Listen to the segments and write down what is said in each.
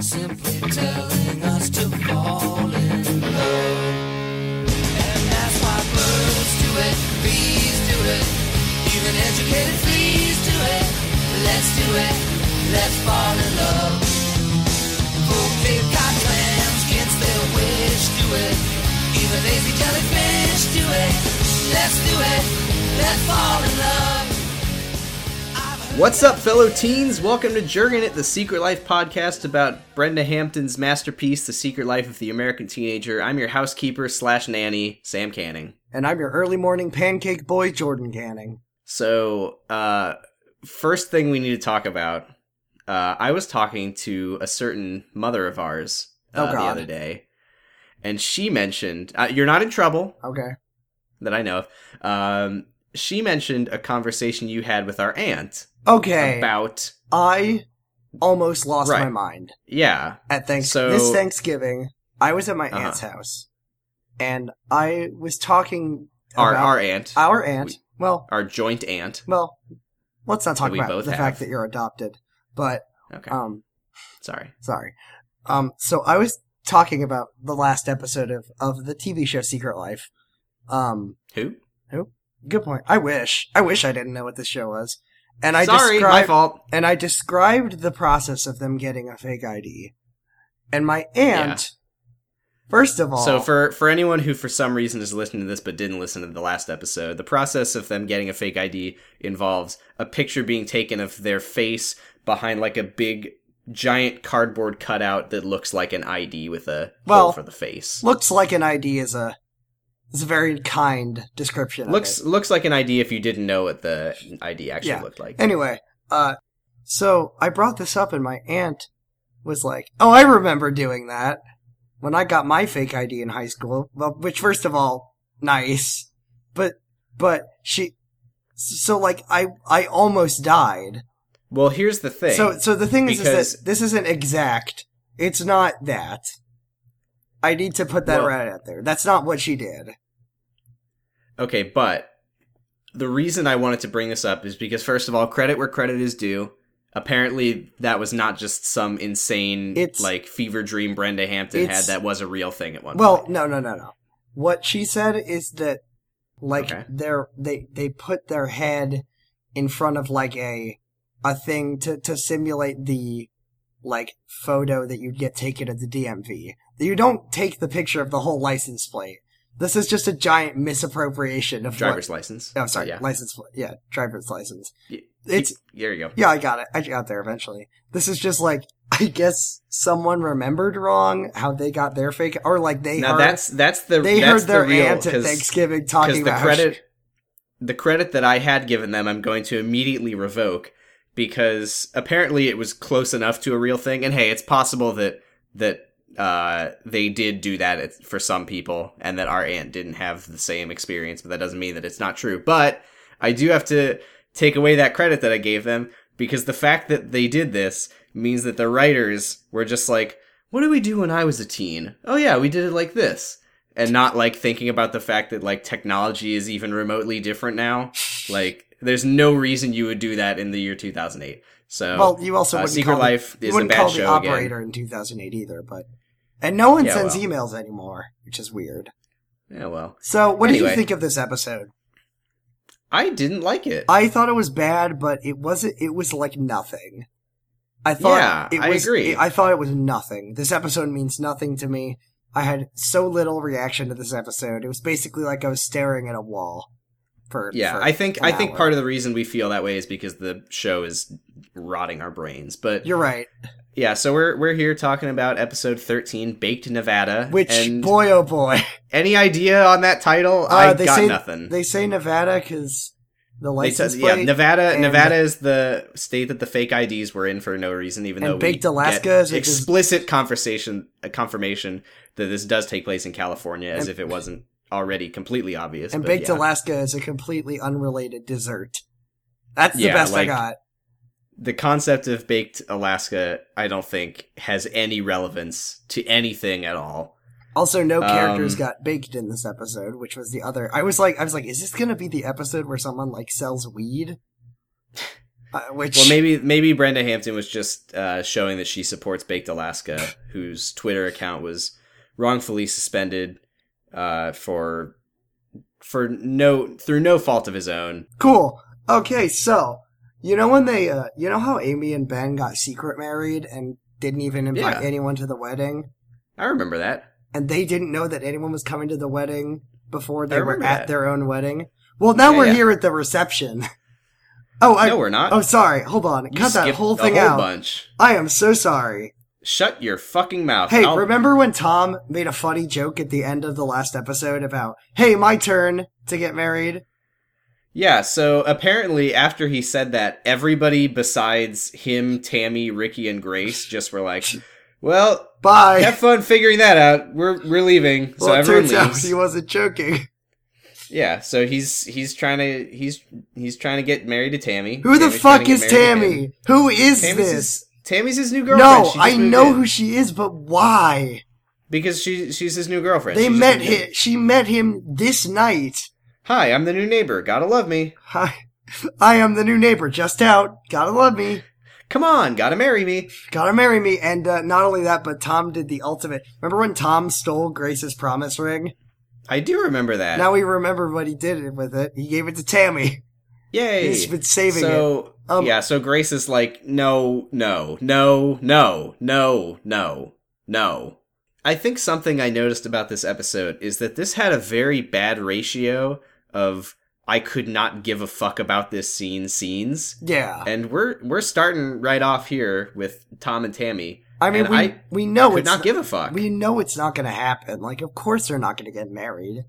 simply telling us to fall in love. And that's why birds do it, bees do it, even educated fleas do it. Let's do it, let's fall in love. Bouquet got clams against their wish, do it. Even lazy jellyfish do it. Let's do it, let's fall in love. What's up, fellow teens? Welcome to Jurgen It, the Secret Life podcast about Brenda Hampton's masterpiece, The Secret Life of the American Teenager. I'm your housekeeper slash nanny, Sam Canning. And I'm your early morning pancake boy, Jordan Canning. So, uh, first thing we need to talk about uh, I was talking to a certain mother of ours uh, Oh, the God. other day, and she mentioned, uh, You're not in trouble Okay. that I know of. Um, she mentioned a conversation you had with our aunt Okay. about, I almost lost Right. my mind yeah, at thanks- So- this Thanksgiving. I was at my Uh-huh. aunt's house, and I was talking our, about our aunt. our aunt. we- well, our joint aunt. well, let's not talk we about both the have. fact that you're adopted. But Okay, um, sorry. Sorry. Um, so I was talking about the last episode of, of the TV show Secret Life. Um, Who? good point. I wish. I wish I didn't know what this show was. And I sorry, described, my fault. and I described the process of them getting a fake ID. And my aunt, first of all, So for for anyone who for some reason is listening to this but didn't listen to the last episode, the process of them getting a fake ID involves a picture being taken of their face behind like a big giant cardboard cutout that looks like an ID with a Well, hole for the face. looks like an ID is a is a very kind description. of Looks it. looks like an ID if you didn't know what the ID actually Yeah. looked like. Anyway, uh, so I brought this up, and my aunt was like, "Oh, I remember doing that when I got my fake ID in high school." Well, which, first of all, nice, but but she, so like I I almost died. well, here's the thing. So so the thing is, is Because- that this isn't exact. It's not that. I need to put that Well- right out there. That's not what she did. Okay, but the reason I wanted to bring this up is because first of all, credit where credit is due. Apparently, that was not just some insane It's- like fever dream Brenda Hampton had. It's- That was a real thing at one Well, point. no, no, no, no. What she said is that, like, Okay. their they they put their head in front of like a a thing to to simulate the like photo that you'd get taken at the DMV. You don't take the picture of the whole license plate. This is just a giant misappropriation of driver's What, license. oh, sorry, Yeah. license plate. Yeah, driver's license. Y- It's There you go. yeah, I got it. I got there eventually. This is just like I guess someone remembered wrong how they got their fake or like they Now heard that's that's the they that's heard their the real, aunt at 'cause- Thanksgiving because talking the about how credit she- the credit that I had given them, I'm going to immediately revoke because apparently it was close enough to a real thing. And hey, it's possible that that uh, they did do that at- for some people, and that our aunt didn't have the same experience. But that doesn't mean that it's not true. But I do have to take away that credit that I gave them because the fact that they did this means that the writers were just like, "What did we do when I was a teen? Oh yeah, we did it like this." and not like thinking about the fact that like technology is even remotely different now. Like, there's no reason you would do that in the year 2008. So, well, you also uh, wouldn't Secret call Life the, you is a wouldn't bad call the show again. operator in 2008 either, but and no one Yeah, sends well. emails anymore, which is weird. Yeah, well, So, what do Anyway. you think of this episode? I didn't like it. I thought it was bad, but it wasn't. It was like nothing. I thought Yeah, it I was, agree. I thought it was nothing. This episode means nothing to me. I had so little reaction to this episode. It was basically like I was staring at a wall. For yeah, for I think an I think hour. part of the reason we feel that way is because the show is rotting our brains. But you're right. yeah, so we're we're here talking about episode 13, Baked Nevada. Which and boy, oh boy. any idea on that title? Uh, I they got say- nothing. They say Nevada because the They license said- plate yeah, Nevada. and- Nevada is the state that the fake IDs were in for no reason, even And though Baked we Alaska get is- which is- explicit conversation uh, confirmation that this does take place in California, as And- if it wasn't already completely obvious. and but Baked yeah. Alaska is a completely unrelated dessert. That's the Yeah, best like- I got. the concept of Baked Alaska, I don't think has any relevance to anything at all. Also, no um, characters got baked in this episode, which was the other. I was like, I was like, is this gonna be the episode where someone like sells weed? Uh, which Well, maybe maybe Brenda Hampton was just uh, showing that she supports Baked Alaska, whose Twitter account was wrongfully suspended uh, for for no through no fault of his own. cool. Okay, so you know when they, uh, you know how Amy and Ben got secret married and didn't even invite Yeah. anyone to the wedding, I remember that. and they didn't know that anyone was coming to the wedding before they were remember at that. their own wedding. Well, now Yeah, we're yeah. here at the reception. oh, I, no, we're not. oh, sorry. Hold on, You cut that skipped whole a thing out. bunch. I am so sorry. Shut your fucking mouth. Hey, I'll- remember when Tom made a funny joke at the end of the last episode about, hey, my turn to get married? Yeah, so apparently after he said that, everybody besides him, Tammy, Ricky, and Grace just were like, "Well, Bye. have fun figuring that out. We're we're leaving." So well, it everyone turns out leaves. he wasn't joking. Yeah, so he's he's trying to he's he's trying to get married to Tammy. Who the Tammy's trying to fuck get is married to him. Tammy? Who is Tammy's this? his, Tammy's his new girlfriend. No, She just I moved know in. who she is, but why? because she she's his new girlfriend. They She just met moved in. him. She met him this night. Hi, I'm the new neighbor. Gotta love me. Hi, I am the new neighbor, just out. Gotta love me. Come on, gotta marry me. Gotta marry me. And uh, not only that, but Tom did the ultimate. Remember when Tom stole Grace's promise ring? I do remember that. Now we remember what he did with it. He gave it to Tammy. Yay! He's been saving so, it. Um, yeah, so Grace is like, no, no, no, no, no, no, no. I think something I noticed about this episode is that this had a very bad ratio of I could not give a fuck about this scene scenes. Yeah. And we're we're starting right off here with Tom and Tammy. I mean, and we, I we know could it's not give a fuck. we know it's not going to happen. Like, of course they're not going to get married.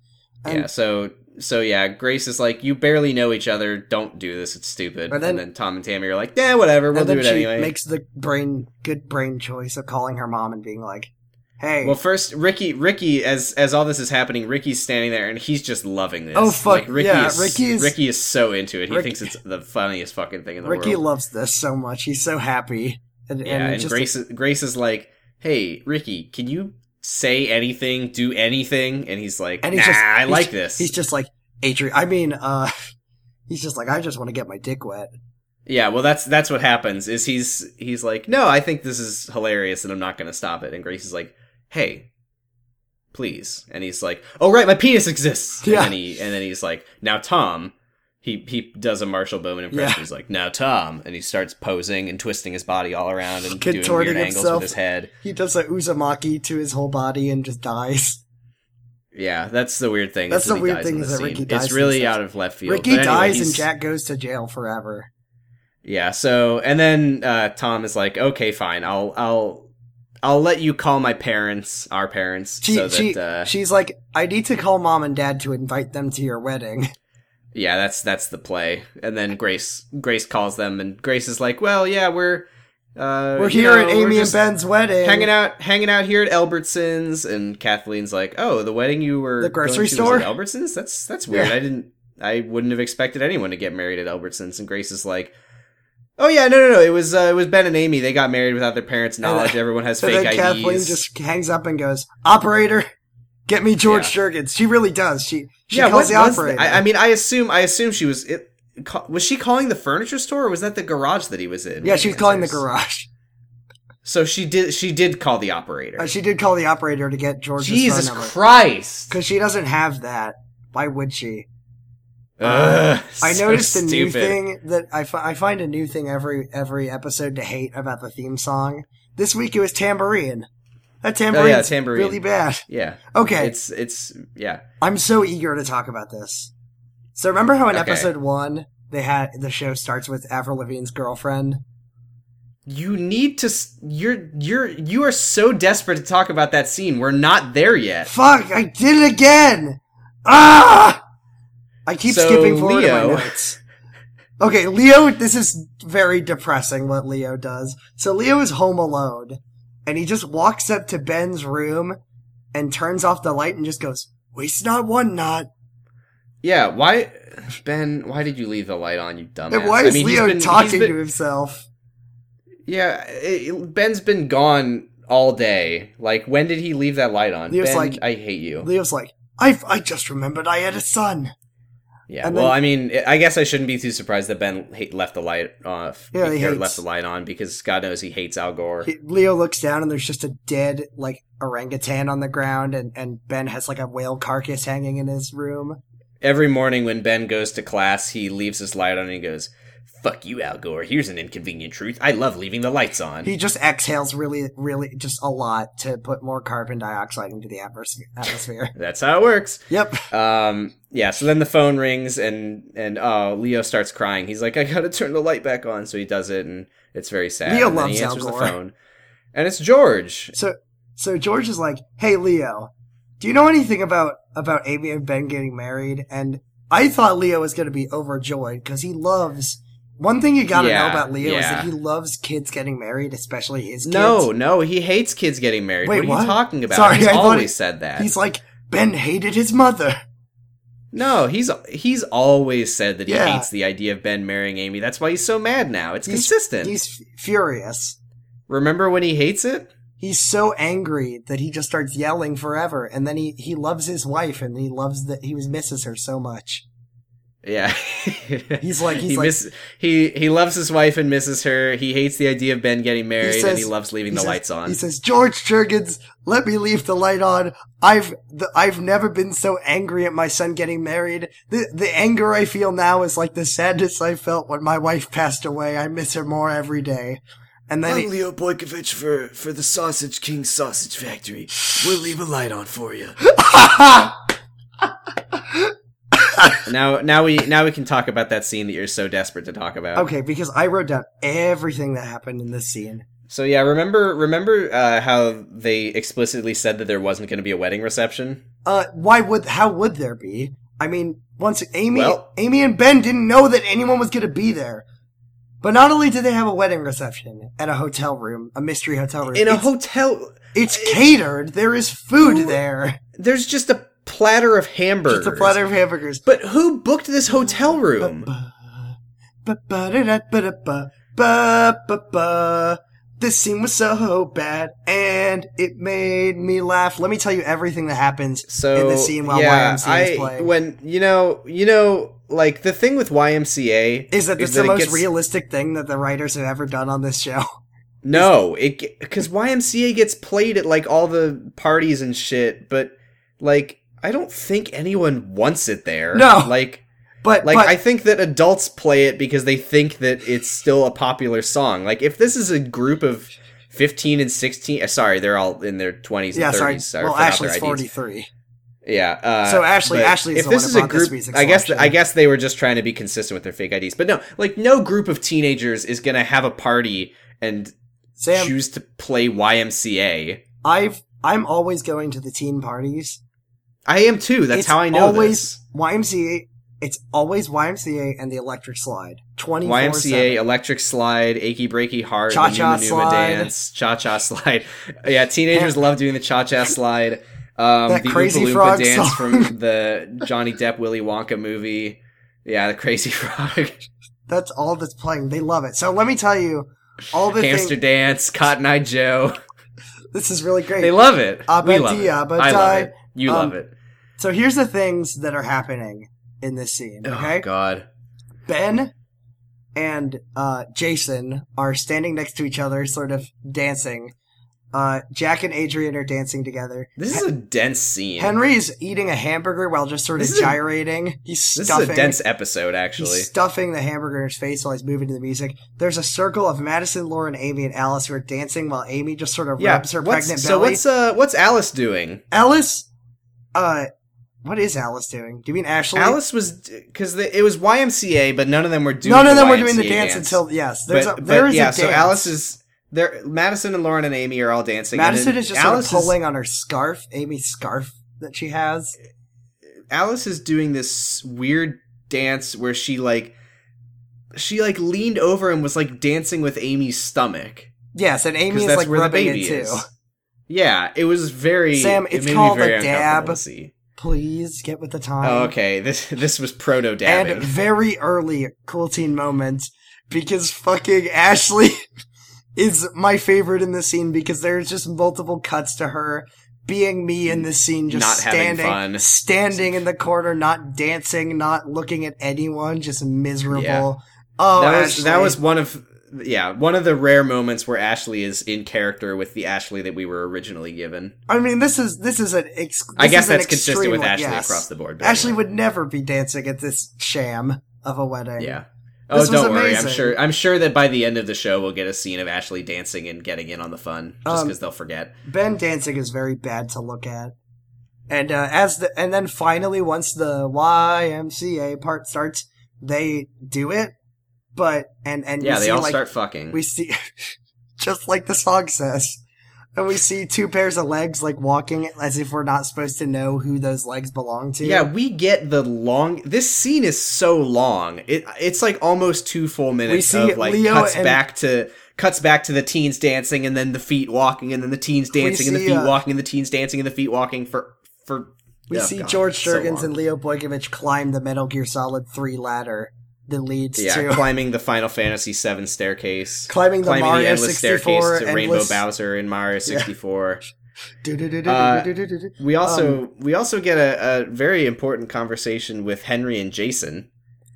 And, yeah, so so yeah, Grace is like, you barely know each other. Don't do this. It's stupid. But then- and then Tom and Tammy are like, yeah, whatever. We'll and then do it she anyway. makes the brain good brain choice of calling her mom and being like, "Hey, Well, first, Ricky, Ricky, as as all this is happening, Ricky's standing there and he's just loving this. Oh, fuck, Like, Ricky yeah, is, Ricky is- Ricky is so into it. He Ricky- thinks it's the funniest fucking thing in the Ricky world. loves this so much. He's so happy." And, yeah, and, just Grace, is- Grace is like, "Hey, Ricky, can you say anything, do anything?" And he's like, and "Nah, he's just I he's- like this." He's just like Adrian. I mean, uh, he's just like, "I just want to get my dick wet." yeah, well, that's that's what happens. Is he's he's like, "No, I think this is hilarious, and I'm not going to stop it." And Grace is like, "Hey." Please, and he's like, "Oh right, my penis exists." Yeah. And then he and then he's like, "Now Tom, he he does a Marshall Bowman impression. Yeah. He's like, "Now Tom," and he starts posing and twisting his body all around and doing Contorting weird angles himself. with his head. He does a uzumaki to his whole body and just dies. Yeah, that's the weird thing. That's is the that he weird dies thing in is this that Ricky scene. dies It's in really this out of left field. Ricky But anyway, dies and he's- Jack goes to jail forever. Yeah. So and then uh, Tom is like, "Okay, fine. I'll I'll I'll let you call my parents, our parents, She, so that she, uh, she's like, I need to call mom and dad to invite them to your wedding. yeah, that's that's the play." And then Grace Grace calls them, and Grace is like, "Well, yeah, we're uh, We're you here know, at we're Amy and just Ben's wedding. Hanging out, hanging out here at Albertsons, and Kathleen's like, "Oh, the wedding you were The grocery going to store? was at Albertsons? That's that's weird. Yeah. I didn't, I wouldn't have expected anyone to get married at Albertsons." And Grace is like, "Oh yeah, no, no, no. It was uh, it was Ben and Amy. They got married without their parents' then- knowledge. Everyone has And fake then IDs." Kathleen just hangs up and goes, "Operator, get me George Jurgens." She really does. She she calls what the was operator. that? I, I mean, I assume I assume she was it. ca- Was she calling the furniture store, or was that the garage that he was in? yeah, she was calling the Answers. garage. So she did. She did call the operator. Uh, she did call the operator to get George's Jesus phone number Christ! because she doesn't have that. Why would she? Ugh, I so noticed a new stupid. thing that I, fi- I find a new thing every every episode to hate about the theme song. This week it was tambourine. That tambourine, Oh, tambourine. really bad. Yeah. Okay, It's it's yeah. I'm so eager to talk about this. So remember how in Okay. episode one they had the show starts with Avril Lavigne's girlfriend. You need to. s- You're you're you are so desperate to talk about that scene. We're not there yet. Fuck! I did it again. Ah! I keep So, skipping forward in Leo- my notes. Okay, Leo. This is very depressing. What Leo does. So Leo is home alone, and he just walks up to Ben's room and turns off the light and just goes, "Waste not, one not." Yeah. Why, Ben? Why did you leave the light on? You dumbass. And why I is mean, he's Leo been- he's talking been- to himself? Yeah, it, Ben's been gone all day. Like, when did he leave that light on? He was ben, like- I hate you. Leo's like, "I I just remembered I had a son. Yeah. And well, then- I mean, I- I guess I shouldn't be too surprised that Ben ha- left the light off. Yeah, he or hates- left the light on because God knows he hates Al Gore. He- Leo looks down and there's just a dead like orangutan on the ground, and and Ben has like a whale carcass hanging in his room. Every morning when Ben goes to class, he leaves his light on and he goes, "Fuck you, Al Gore. Here's an inconvenient truth. I love leaving the lights on." He just exhales really, really just a lot to put more carbon dioxide into the atmos- atmosphere. That's how it works. yep. Um, yeah. So then the phone rings and and uh, Leo starts crying. He's like, "I gotta turn the light back on." So he does it, and it's very sad. Leo and then loves he Al answers Gore. the phone, and it's George. So so George is like, "Hey Leo, do you know anything about about Amy and Ben getting married?" And I thought Leo was going to be overjoyed because he loves. One thing you got to Yeah, know about Leo is yeah. that he loves kids getting married, especially his kids. No, no, he hates kids getting married. Wait, what are what? you talking about? Sorry, he's I thought always he- said that. he's like Ben hated his mother. no, he's he's always said that he Yeah. hates the idea of Ben marrying Amy. That's why he's so mad now. It's He's- consistent. He's f- furious. Remember when he hates it? He's so angry that he just starts yelling forever, and then he he loves his wife, and he loves that he was misses her so much. Yeah. He's like- he's he like- miss- he he loves his wife and misses her. He hates the idea of Ben getting married and says- he loves leaving He the says- lights on. He says, "George Jurgens, let me leave the light on. I've the, I've never been so angry at my son getting married. The the anger I feel now is like the sadness I felt when my wife passed away. I miss her more every day." And then I'm he, Leo Boykovich for, for the Sausage King Sausage Factory. We'll leave a light on for you. now now we now we can talk about that scene that you're so desperate to talk about. okay, because I wrote down everything that happened in this scene. So yeah, remember remember uh, how they explicitly said that there wasn't going to be a wedding reception? Uh, why would how would there be? I mean, once Amy, Well- Amy and Ben didn't know that anyone was gonna be there. But not only did they have a wedding reception at a hotel room, a mystery hotel room, In a it's- hotel It's catered. There is food there. There's just a platter of hamburgers. Just a platter of hamburgers. But who booked this hotel room? Ba-ba-da-da-ba-da-ba-ba-ba-ba. This scene was so bad, and it made me laugh. Let me tell you everything that happens So in the scene while yeah, YMCA I is playing. when you know you know like the thing with YMCA is that it's it the most gets- realistic thing that the writers have ever done on this show? No, it because YMCA gets played at like all the parties and shit, but like I don't think anyone wants it there. No. like But like but, I think that adults play it because they think that it's still a popular song. Like if this is a group of fifteen and sixteen, uh, sorry, they're all in their twenties and yeah, sorry. thirties. well, Ashley's forty-three. Yeah. Uh, So Ashley- but Ashley if is the this one is that a bought this group, music I guess th- selection. I guess they were just trying to be consistent with their fake IDs. But no, like no group of teenagers is gonna have a party and Sam, choose to play YMCA. I've I'm always going to the teen parties. I am too. That's It's how I know always this. YMCA. It's always YMCA and the Electric Slide. Twenty YMCA, electric slide, achy breaky heart, the Cha-cha Numa Numa slide. dance, cha cha slide. Yeah, teenagers love doing the cha cha slide. Um, That the Crazy Oompa Loompa Frog dance song. from the Johnny Depp Willy Wonka movie. Yeah, the Crazy Frog, That's all that's playing. They love it. So let me tell you, all the Hamster things. Dance, Cotton Eye Joe. This is really great. They love it. Abba we love di, it. abba I di. love it. You Um, love it. so here's the things that are happening in this scene. Okay, Oh God. Ben and uh, Jason are standing next to each other, sort of dancing. Uh, Jack and Adrian are dancing together. This is a dense scene. Henry's eating a hamburger while just sort of This is a- gyrating. he's this stuffing. is a dense episode, actually. He's stuffing the hamburger in his face while he's moving to the music. There's a circle of Madison, Lauren, Amy, and Alice who are dancing while Amy just sort of rubs her what's- pregnant so belly. what's uh what's Alice doing? Alice, uh, what is Alice doing? Do you mean Ashley? Alice was because it was YMCA, but none of them were doing. None of them the were doing the YMCA dance, until yes. There's but, a, but there is yeah, a dance. so Alice is there. Madison and Lauren and Amy are all dancing. and Madison then is just Alice sort of pulling on her scarf, Amy's scarf that she has. Is, Alice is doing this weird dance where she like she like leaned over and was like dancing with Amy's stomach Yes, and Amy because is that's like where the rubbing baby it too. is. Yeah, it was very Sam, it it's made me called very a uncomfortable dab. to see. Please get with the time. Oh, okay, this this was proto dabbing. and very early cool teen moment because fucking Ashley is my favorite in this scene because there's just multiple cuts to her being me in this scene, just Not having standing, fun. standing in the corner, not dancing, not looking at anyone, just miserable. Yeah. Oh, that was that Ashley. was one of yeah one of the rare moments where Ashley is in character with the Ashley that we were originally given. I mean, this is this is an. Ex- I this guess is an that's consistent extreme with one, Ashley yes. across the board. but Ashley anyway. would never be dancing at this sham of a wedding. yeah. Oh, This was don't worry. I'm amazing. sure. I'm sure that by the end of the show, we'll get a scene of Ashley dancing and getting in on the fun, just Um, because they'll forget. Ben dancing is very bad to look at. And uh, as the and then finally once the YMCA part starts, they do it. But and and Yeah, we they see, all like, start fucking. we see just like the song says. And we see two pairs of legs like walking as if we're not supposed to know who those legs belong to. yeah, we get the long. This scene is so long. It it's like almost two full minutes. see of like Leo cuts and- back to cuts back to the teens dancing and then the feet walking and then the teens dancing and the see, feet uh, walking and the teens dancing and the feet walking for for. We oh, see God, George it's so Sturgens long. and Leo Boykovich climb the Metal Gear Solid 3 ladder that leads yeah, to climbing the Final Fantasy VII staircase, Climbing the Mario endless 64 staircase to Rainbow endless- Bowser in Mario sixty four. Uh, Do-do-do-do-do-do-do-do-do. We also Um, we also get a, a very important conversation with Henry and Jason,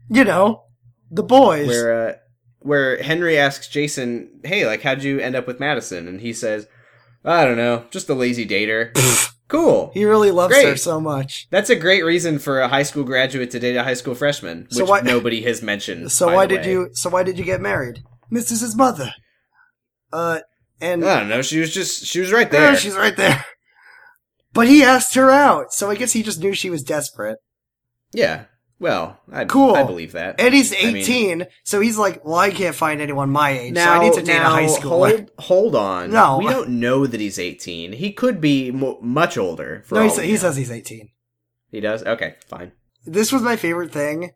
you know, the boys. where uh, where Henry asks Jason, "Hey, like, how'd you end up with Madison?" And he says, "I don't know, just a lazy dater." cool. he really loves her Great. so much. That's a great reason for a high school graduate to date a high school freshman, which So why- nobody has mentioned. So by why the did way. you? So why did you get married? Mrs. His mother. Uh, and I don't know. She was just she was right Oh, Ah, there. she's right there. But he asked her out, so I guess he just knew she was desperate. yeah. Well, I, Cool. I believe that. And he's I mean- eighteen, so he's like, "Well, I can't find anyone my age, so I need to date a high schooler." Hold, hold on. No. we don't know that he's eighteen. He could be mo- much older. For No, all he, we sa- he know. says he's eighteen. he does. Okay, fine. this was my favorite thing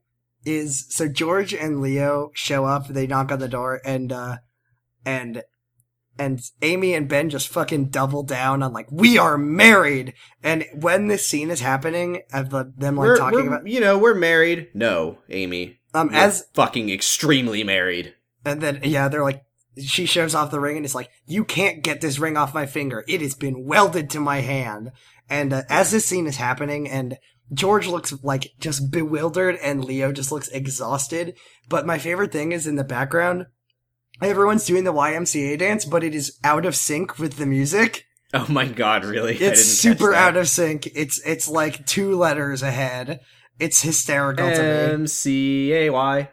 is so George and Leo show up, they knock on the door and uh and and Amy and Ben just fucking double down on like we are married. And when this scene is happening of the, them like we're, talking we're- about you know we're married. No, Amy. um We're as fucking extremely married. and then yeah, they're like she shows off the ring and it's like you can't get this ring off my finger. It has been welded to my hand. And uh, as this scene is happening and George looks like just bewildered and Leo just looks exhausted. But my favorite thing is in the background, everyone's doing the YMCA dance, but it is out of sync with the music. Oh my god, really? I It's didn't super catch out that. of sync. It's it's like two letters ahead. It's hysterical to me. M C A Y.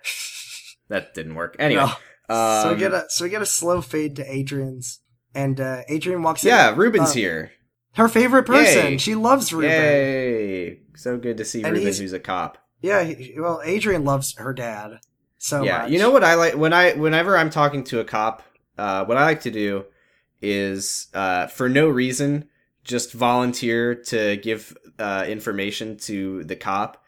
That didn't work. Anyway, No. so we um, get a so we get a slow fade to Adrian's, and uh, Adrian walks in. yeah, Ruben's uh, here. her favorite person. Yay. She loves Ruben. Yay! So good to see And Ruben, he's- who's a cop. Yeah, he- well, Adrian loves her dad so yeah much. you know what i like when i whenever i'm talking to a cop uh, what i like to do is uh, for no reason just volunteer to give uh, information to the cop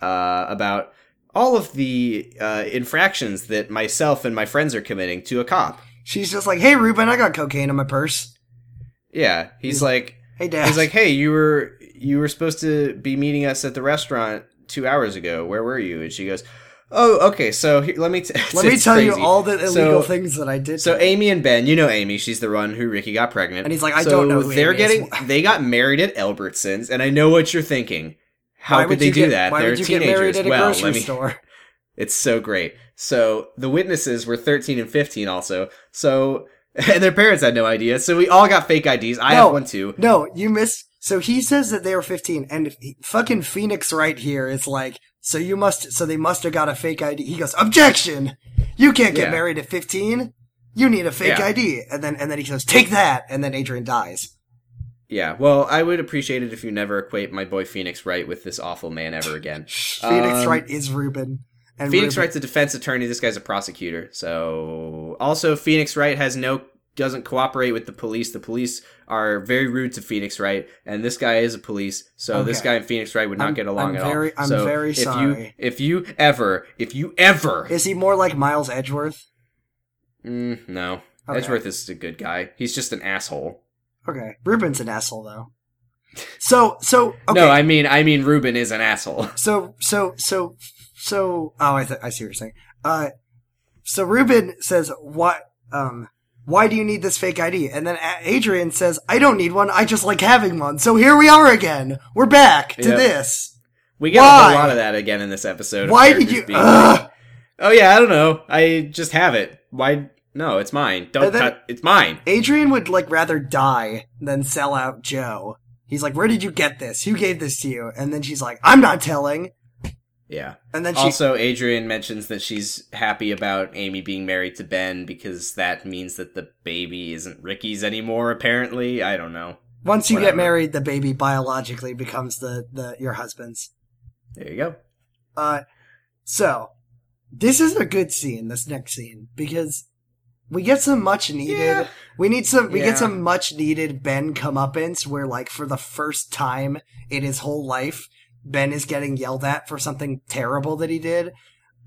uh, about all of the uh, infractions that myself and my friends are committing to a cop She's just like, "Hey, Ruben, I got cocaine in my purse. yeah Mm. he's like Hey, dad." he's like hey you were you were supposed to be meeting us at the restaurant two hours ago where were you and she goes oh okay so here, let me t- "Let me it's tell you crazy. all the So- illegal things that I did." So today." Amy and Ben, you know Amy, she's the one who Ricky got pregnant. And he's like, I So don't know who they're Amy is. getting they got married at Elbertsons, and I know what you're thinking. How Why could would they you do get- that? Why They're would you teenagers. get married at a well, grocery let me, store? it's so great. So the witnesses were 13 and 15 also. So and their parents had no idea. So we all got fake IDs. I No. have one too. No, you missed. So he says that they were 15, and if he- fucking Phoenix right here is like, so you must, so they must have got a fake ID. He goes, objection! You can't get Yeah. married at 15. You need a fake Yeah. ID. And then, and then he goes, take that. And then Adrian dies. Yeah. Well, I would appreciate it if you never equate my boy Phoenix Wright with this awful man ever again. Phoenix Um, Wright is Ruben. And Phoenix Ruben- Wright's a defense attorney. This guy's a prosecutor. So also Phoenix Wright has no doesn't cooperate with the police. The police are very rude to Phoenix Wright, and this guy is a police. So this Okay. guy and Phoenix Wright would not I'm- get along at I'm very- all. I'm so very if sorry. You, if you ever, if you ever, Is he more like Miles Edgeworth? Mm, no, Okay. Edgeworth is a good guy. He's just an asshole. Okay. Ruben's an asshole though. So, so, okay. No, I mean, I mean, Ruben is an asshole. So, so, so, so, oh, I, th- I see what you're saying. Uh, so Ruben says, what, um, why do you need this fake ID? And then A- Adrian says, I don't need one. I just like having one. So here we are again. We're back to Yep. this. We get a Why? whole lot of that again in this episode. of Why did characters you? being like, Ugh. oh yeah, I don't know. I just have it. Why? No, it's mine. Don't And then- touch. It's mine. Adrian would like rather die than sell out Joe. He's like, where did you get this? Who gave this to you? And then she's like, I'm not telling. Yeah. And then she, Also, Adrian mentions that she's happy about Amy being married to Ben because that means that the baby isn't Ricky's anymore. Apparently, I don't know. once you get whatever. married, the baby biologically becomes the, the, your husband's. There you go. Uh, so this is a good scene. This next scene because we get some much needed. Yeah. We need some. We Yeah. get some much needed Ben comeuppance where, like, for the first time in his whole life, Ben is getting yelled at for something terrible that he did.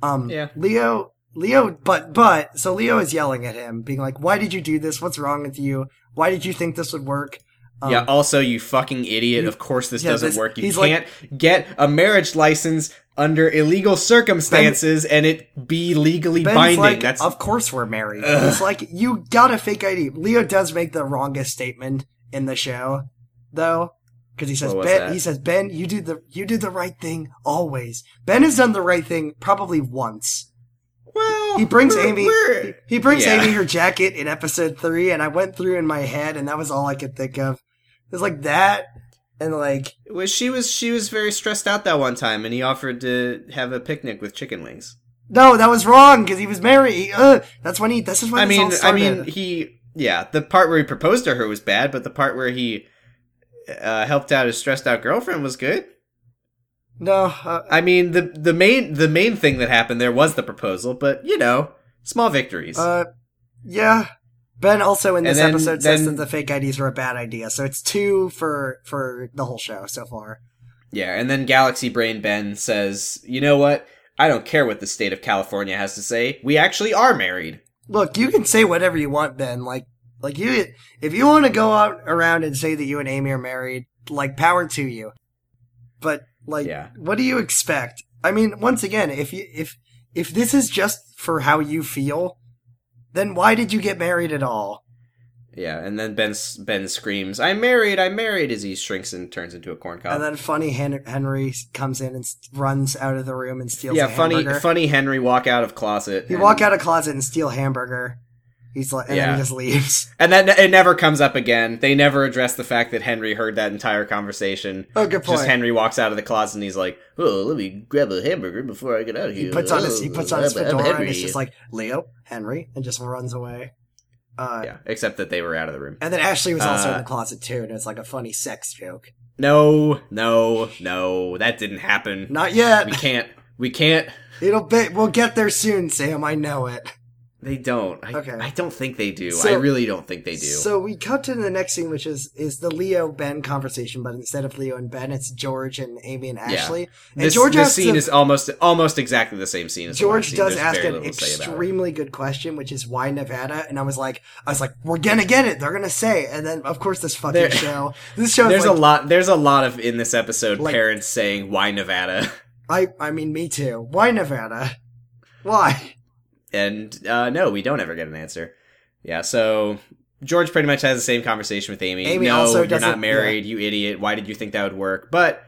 Um, Yeah. Leo. Leo, but, but, so Leo is yelling at him, being like, why did you do this? What's wrong with you? Why did you think this would work? Um, yeah. Also, you fucking idiot. you- of course, this yeah, doesn't this- work. You he's like- can't get a marriage license under illegal circumstances and it be legally Ben's binding. like, That's of course we're married. Ugh. It's like you got a fake ID. Leo does make the wrongest statement in the show, though, because he says What was Ben. that? He says Ben, you do the you do the right thing always. Ben has done the right thing probably once. well. He brings we're- Amy. we're- He brings Yeah. Amy her jacket in episode three, and I went through in my head, and that was all I could think of. It was like that, and like Well, she was she was very stressed out that one time, and he offered to have a picnic with chicken wings. no, that was wrong because he was married. He- Ugh, that's when he. This is when I this all mean, I started. mean, he yeah. The part where he proposed to her was bad, but the part where he uh, helped out his stressed out girlfriend was good. no, uh, I mean, the the main the main thing that happened there was the proposal, but you know, small victories. Uh, yeah. Ben also in And this then- episode says then- that the fake IDs were a bad idea, so it's two for for the whole show so far. yeah, and then Galaxy Brain Ben says, "You know what? I don't care what the state of California has to say. We actually are married." Look, you can say whatever you want, Ben. Like, like you, if you want to go out around and say that you and Amy are married, like, power to you. But like, Yeah. what do you expect? I mean, once again, if you if if this is just for how you feel, then why did you get married at all? Yeah, and then Ben s- Ben screams, "I'm married! I'm married!" as he shrinks and turns into a corncob. And then funny Hen- Henry comes in and s- runs out of the room and steals. yeah, a funny hamburger. funny Henry walk out of closet. He and- walk out of closet and steal hamburger. He's like, and then Yeah. he just leaves. and that ne- it never comes up again. They never address the fact that Henry heard that entire conversation. Oh, good point. Just Henry walks out of the closet and he's like, "Oh, let me grab a hamburger before I get out of here." he puts on his he Oh, puts on his I'm- I'm fedora and Henry." it's just like Leo Henry and just runs away. Uh, yeah, except that they were out of the room. And then Ashley was also Uh, in the closet too, and it's like a funny sex joke. No, no, no, that didn't happen. Not yet. We can't. We can't. It'll be. We'll get there soon, Sam. I know it. They don't. I, Okay. I don't think they do. So- I really don't think they do. So we cut to the next scene, which is is the Leo Ben conversation, but instead of Leo and Ben, it's George and Amy and Ashley. And this, George this asks scene him- is almost almost exactly the same scene as the last George scene. does There's ask very an little to say about it. extremely good question, which is why Nevada? And I was like, I was like, we're gonna get it. They're gonna say. And then, of course, this fucking There- show. This show. There's is like, a lot. There's a lot of in this episode Like- parents saying why Nevada, I, I mean, me too. Why Nevada? Why? and uh, no, we don't ever get an answer. Yeah, so George pretty much has the same conversation with Amy. Amy no, also you're not doesn't- married, you idiot. Why did you think that would work? But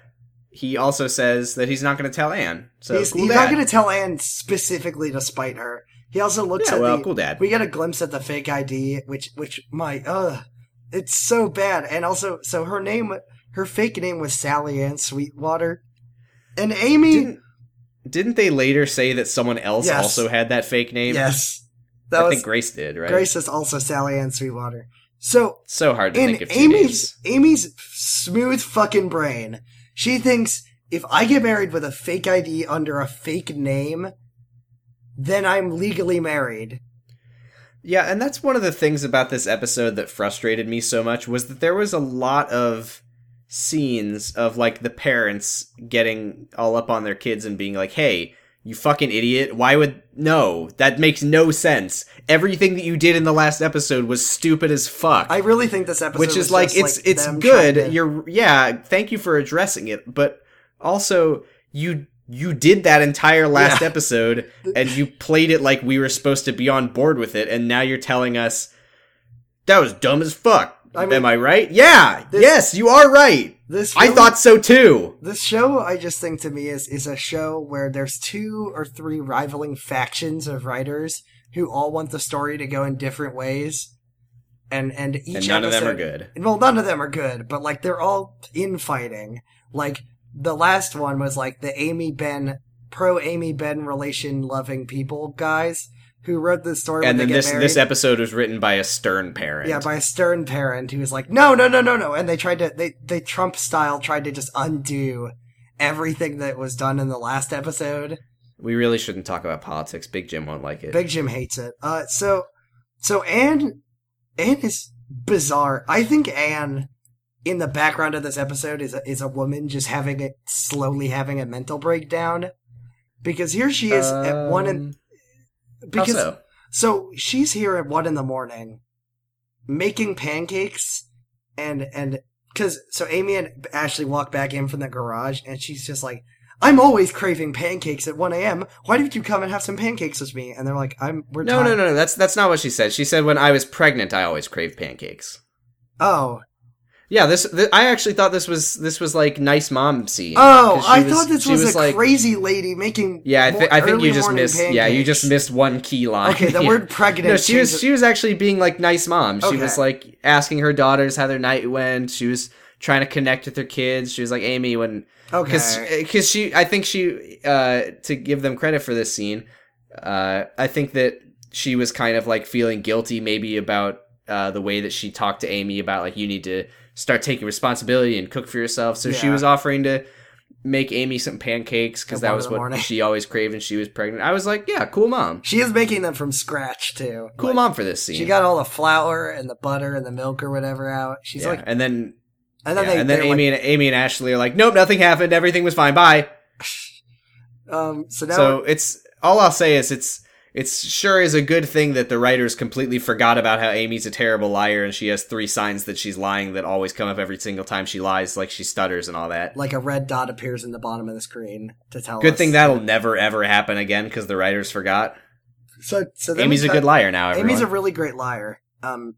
he also says that he's not going to tell Anne. So he's cool he's dad. not gonna tell Anne specifically to spite her. He also looks Yeah, at well, the. cool dad. We get a glimpse at the fake ID, which which my ugh, it's so bad. And also, so her name, her fake name was Sally Ann Sweetwater, and Amy. didn't, didn't they later say that someone else Yes. also had that fake name? yes, that I was think Grace did, right? Grace is also Sally Ann Sweetwater. So So hard to in think of two names. Amy's Amy's smooth fucking brain, she thinks if I get married with a fake ID under a fake name, then I'm legally married. Yeah, and that's one of the things about this episode that frustrated me so much was that there was a lot of scenes of like the parents getting all up on their kids and being like, "Hey, you fucking idiot. Why would no, that makes no sense. Everything that you did in the last episode was stupid as fuck." I really think this episode, which was is like just, it's it's them good. trying to- You're yeah, thank you for addressing it, but also you you did that entire last Yeah. episode and you played it like we were supposed to be on board with it and now you're telling us That was dumb as fuck. I mean- Am I right? Yeah. This- yes, you are right. This I really- thought so too. This show, I just think to me, is is a show where there's two or three rivaling factions of writers who all want the story to go in different ways, and and each And none of them are episode- good. Well, none of them are good, but like they're all infighting. Like the last one was like the Amy Ben pro Amy Ben relation loving people guys who wrote this story. And when then they get this married. this episode was written by a stern parent. Yeah, by a stern parent who was like, no, no, no, no, no. And they tried to, they, they Trump style tried to just undo everything that was done in the last episode. we really shouldn't talk about politics. Big Jim won't like it. Big Jim hates it. Uh, so, so Anne, Anne is bizarre. I think Anne in the background of this episode is a, is a woman just having it, slowly having a mental breakdown. Because here she is at one in, Um, how because so? So she's here at one in the morning, making pancakes, and and because so Amy and Ashley walk back in from the garage, and she's just like, "I'm always craving pancakes at one a.m. Why didn't you come and have some pancakes with me?" And they're like, "I'm we're No, tired." no, no, no. That's that's not what she said. She said when I was pregnant, I always craved pancakes. Oh, Yeah, this, th I actually thought this was this was like nice mom scene. oh, 'Cause she I thought this she was, a crazy lady making. Yeah, I, thi- mor- I think early you just morning missed. Yeah, you pancakes. just missed one key line. Okay, the Yeah. word pregnant. No, she was changes- she was actually being like nice mom. She Okay. was like asking her daughters how their night went. She was trying to connect with her kids. She was like Amy when because okay. because eh, she I think she uh to give them credit for this scene, uh I think that she was kind of like feeling guilty maybe about uh the way that she talked to Amy about like you need to start taking responsibility and cook for yourself. So she Yeah. was offering to make Amy some pancakes because At that one was in the what morning. she always craved and she was pregnant. I was like, yeah, cool mom. She is making them from scratch too. Cool Like, mom for this scene. She got all the flour and the butter and the milk or whatever out. She's yeah. like, and then and then yeah, they and then they're like, Amy and Amy and Ashley are like, nope, nothing happened. Everything was fine. Bye. Um, so now, so it's all I'll say is it's it's sure is a good thing that the writers completely forgot about how Amy's a terrible liar and she has three signs that she's lying that always come up every single time she lies, like she stutters and all that. like a red dot appears in the bottom of the screen to tell Good us. thing that'll never ever happen again because the writers forgot. So, so then Amy's we a cut- good liar now. Everyone. Amy's a really great liar. Um,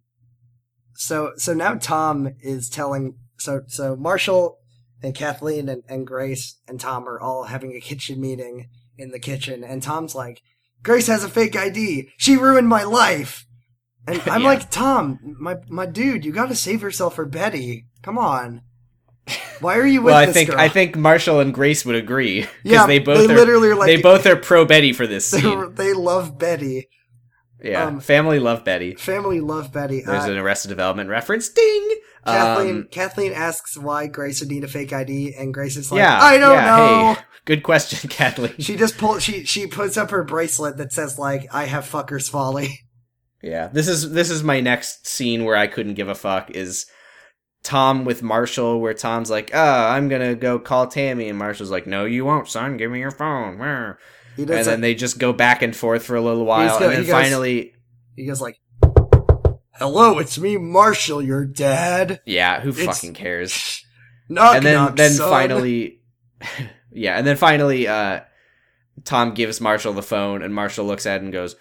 so so now Tom is telling so so Marshall and Kathleen and, and Grace and Tom are all having a kitchen meeting in the kitchen, and Tom's like, Grace has a fake ID. She ruined my life. And I'm Yeah. like, Tom, my my dude, you got to save yourself for Betty. Come on. Why are you with well, I this think girl? I think Marshall and Grace would agree because Yeah, they both they are, literally are like- they both are pro Betty for this They scene. were- they love Betty. Yeah, um, family love Betty. Family love Betty. There's Uh, an Arrested Development reference. Ding. Kathleen Um, Kathleen asks why Grace would need a fake ID, and Grace is like, yeah, "I don't yeah, know." Hey, good question, Kathleen. She just pulls. She she puts up her bracelet that says like, "I have fuckers folly." Yeah, this is this is my next scene where I couldn't give a fuck is Tom with Marshall, where Tom's like, "Ah, I'm gonna go call Tammy," and Marshall's like, "No, you won't, son. Give me your phone." Wah. He And does. then Like, they just go back and forth for a little while, go- and then he goes- finally, he goes like, "Hello, it's me, Marshall, your dad." yeah, who It's- fucking cares? Knock and then knock, then son. finally yeah and then finally uh tom gives marshall the phone and marshall looks at it and goes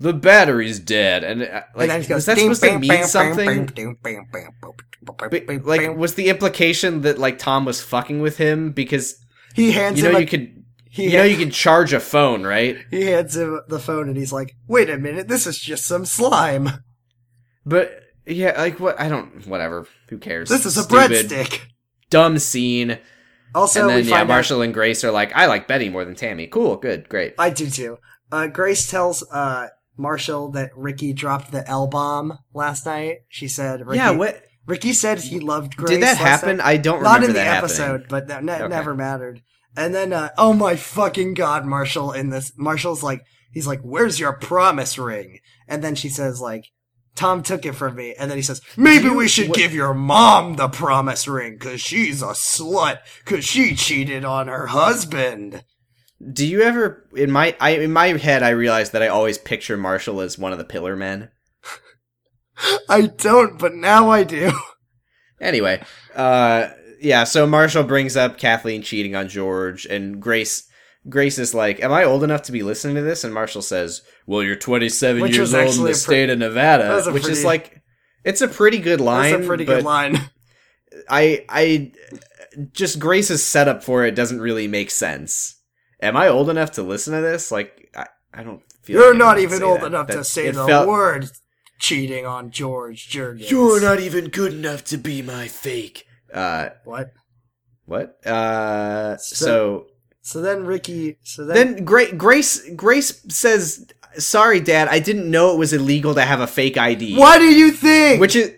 the battery's dead and uh, like and then he goes, was that "Ding, supposed to bang, mean bang, bang, something bang, bang, bang, bang, bang, bang, But, bang, like bang. was the implication that like tom was fucking with him because he hands you know him. you a, could he you know you can charge a phone right he hands him the phone, and he's like, "Wait a minute, this is just some slime. but yeah like what i don't whatever who cares This is a Stupid, breadstick." dumb scene Also, and then we yeah find out- marshall and grace are like i like betty more than tammy cool good great I do too. Uh, Grace tells uh, Marshall that Ricky dropped the L bomb last night. She said, Ricky, yeah what Ricky said he loved Grace. Did that last happen? night. I don't remember Not in the that happening. episode, but that ne- Okay. never mattered. And then, uh, oh my fucking god, Marshall! In this, Marshall's like, he's like, "Where's your promise ring?" And then she says, like. Tom took it from me, and then he says, "Maybe you- we should what- give your mom the promise ring, cause she's a slut, cause she cheated on her husband." Do you ever in my I in my head I realized that I always picture Marshall as one of the Pillar Men. I don't, but now I do. Anyway, uh yeah, so Marshall brings up Kathleen cheating on George and Grace Grace is like, "Am I old enough to be listening to this?" And Marshall says, "Well, you're 27 Which years was old in the actually a pre- state of Nevada," that was a which is pretty- like It's a pretty good line. That's a pretty but good line. I I just Grace's setup for it doesn't really make sense. Am I old enough to listen to this? Like I, I don't feel. You're like I not would even say old that. enough to That- say it the felt- word cheating on George Jurgens. You're not even good enough to be my fake. Uh, What? what? Uh, So- so So then Ricky. So then. then Gra- Grace Grace says, "Sorry, Dad, I didn't know it was illegal to have a fake ID." what do you think? Which is,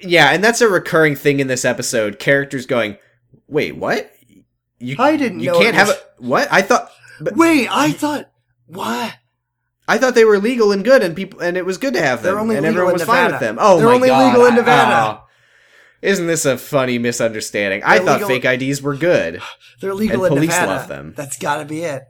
yeah, and that's a recurring thing in this episode. Characters going, "Wait, what? You I didn't you know can't it have was- a what? I thought but Wait, I thought. What? I thought they were legal and good, and people and it was good to have them, They're only and legal everyone in was fine with Nevada. them. Oh, They're my only God. legal in I- Nevada. oh. Isn't this a funny misunderstanding? I They're thought legal- fake IDs were good. They're legal And in police Nevada. love them. That's got to be it.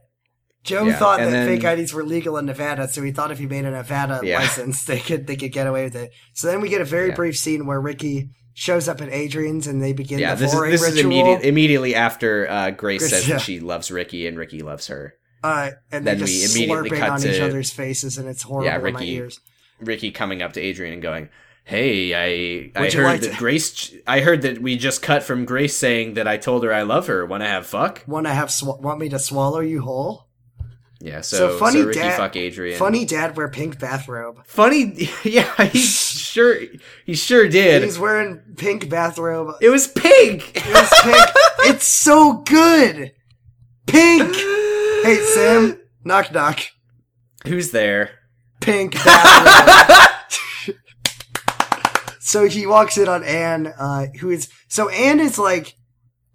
Joe Yeah, thought that and then- fake IDs were legal in Nevada, so he thought if he made a Nevada Yeah. license, they could they could get away with it. So then we get a very Yeah. brief scene where Ricky shows up at Adrian's and they begin yeah, the this is foray this is ritual. immediate, immediately after uh, Grace, Grace, says yeah. that she loves Ricky and Ricky loves her. uh, and Then they're we just immediately slurping cut on to- each other's faces, and it's horrible Yeah, in my Ricky- ears. Ricky coming up to Adrian and going, "Hey, I I Would you heard like that to- Grace. ch- I heard that we just cut from Grace saying that I told her I love her. Want to have fuck? Want to have sw- want me to swallow you whole? Yeah. So, So funny Ricky dad- fuck Adrian. Funny dad wear pink bathrobe. funny. Yeah, he sure he sure did. He's wearing pink bathrobe. It was pink. It's pink. it's so good. Pink. Hey Sam. Knock knock. Who's there? Pink bathrobe. so he walks in on Anne, uh, who is so Anne is like,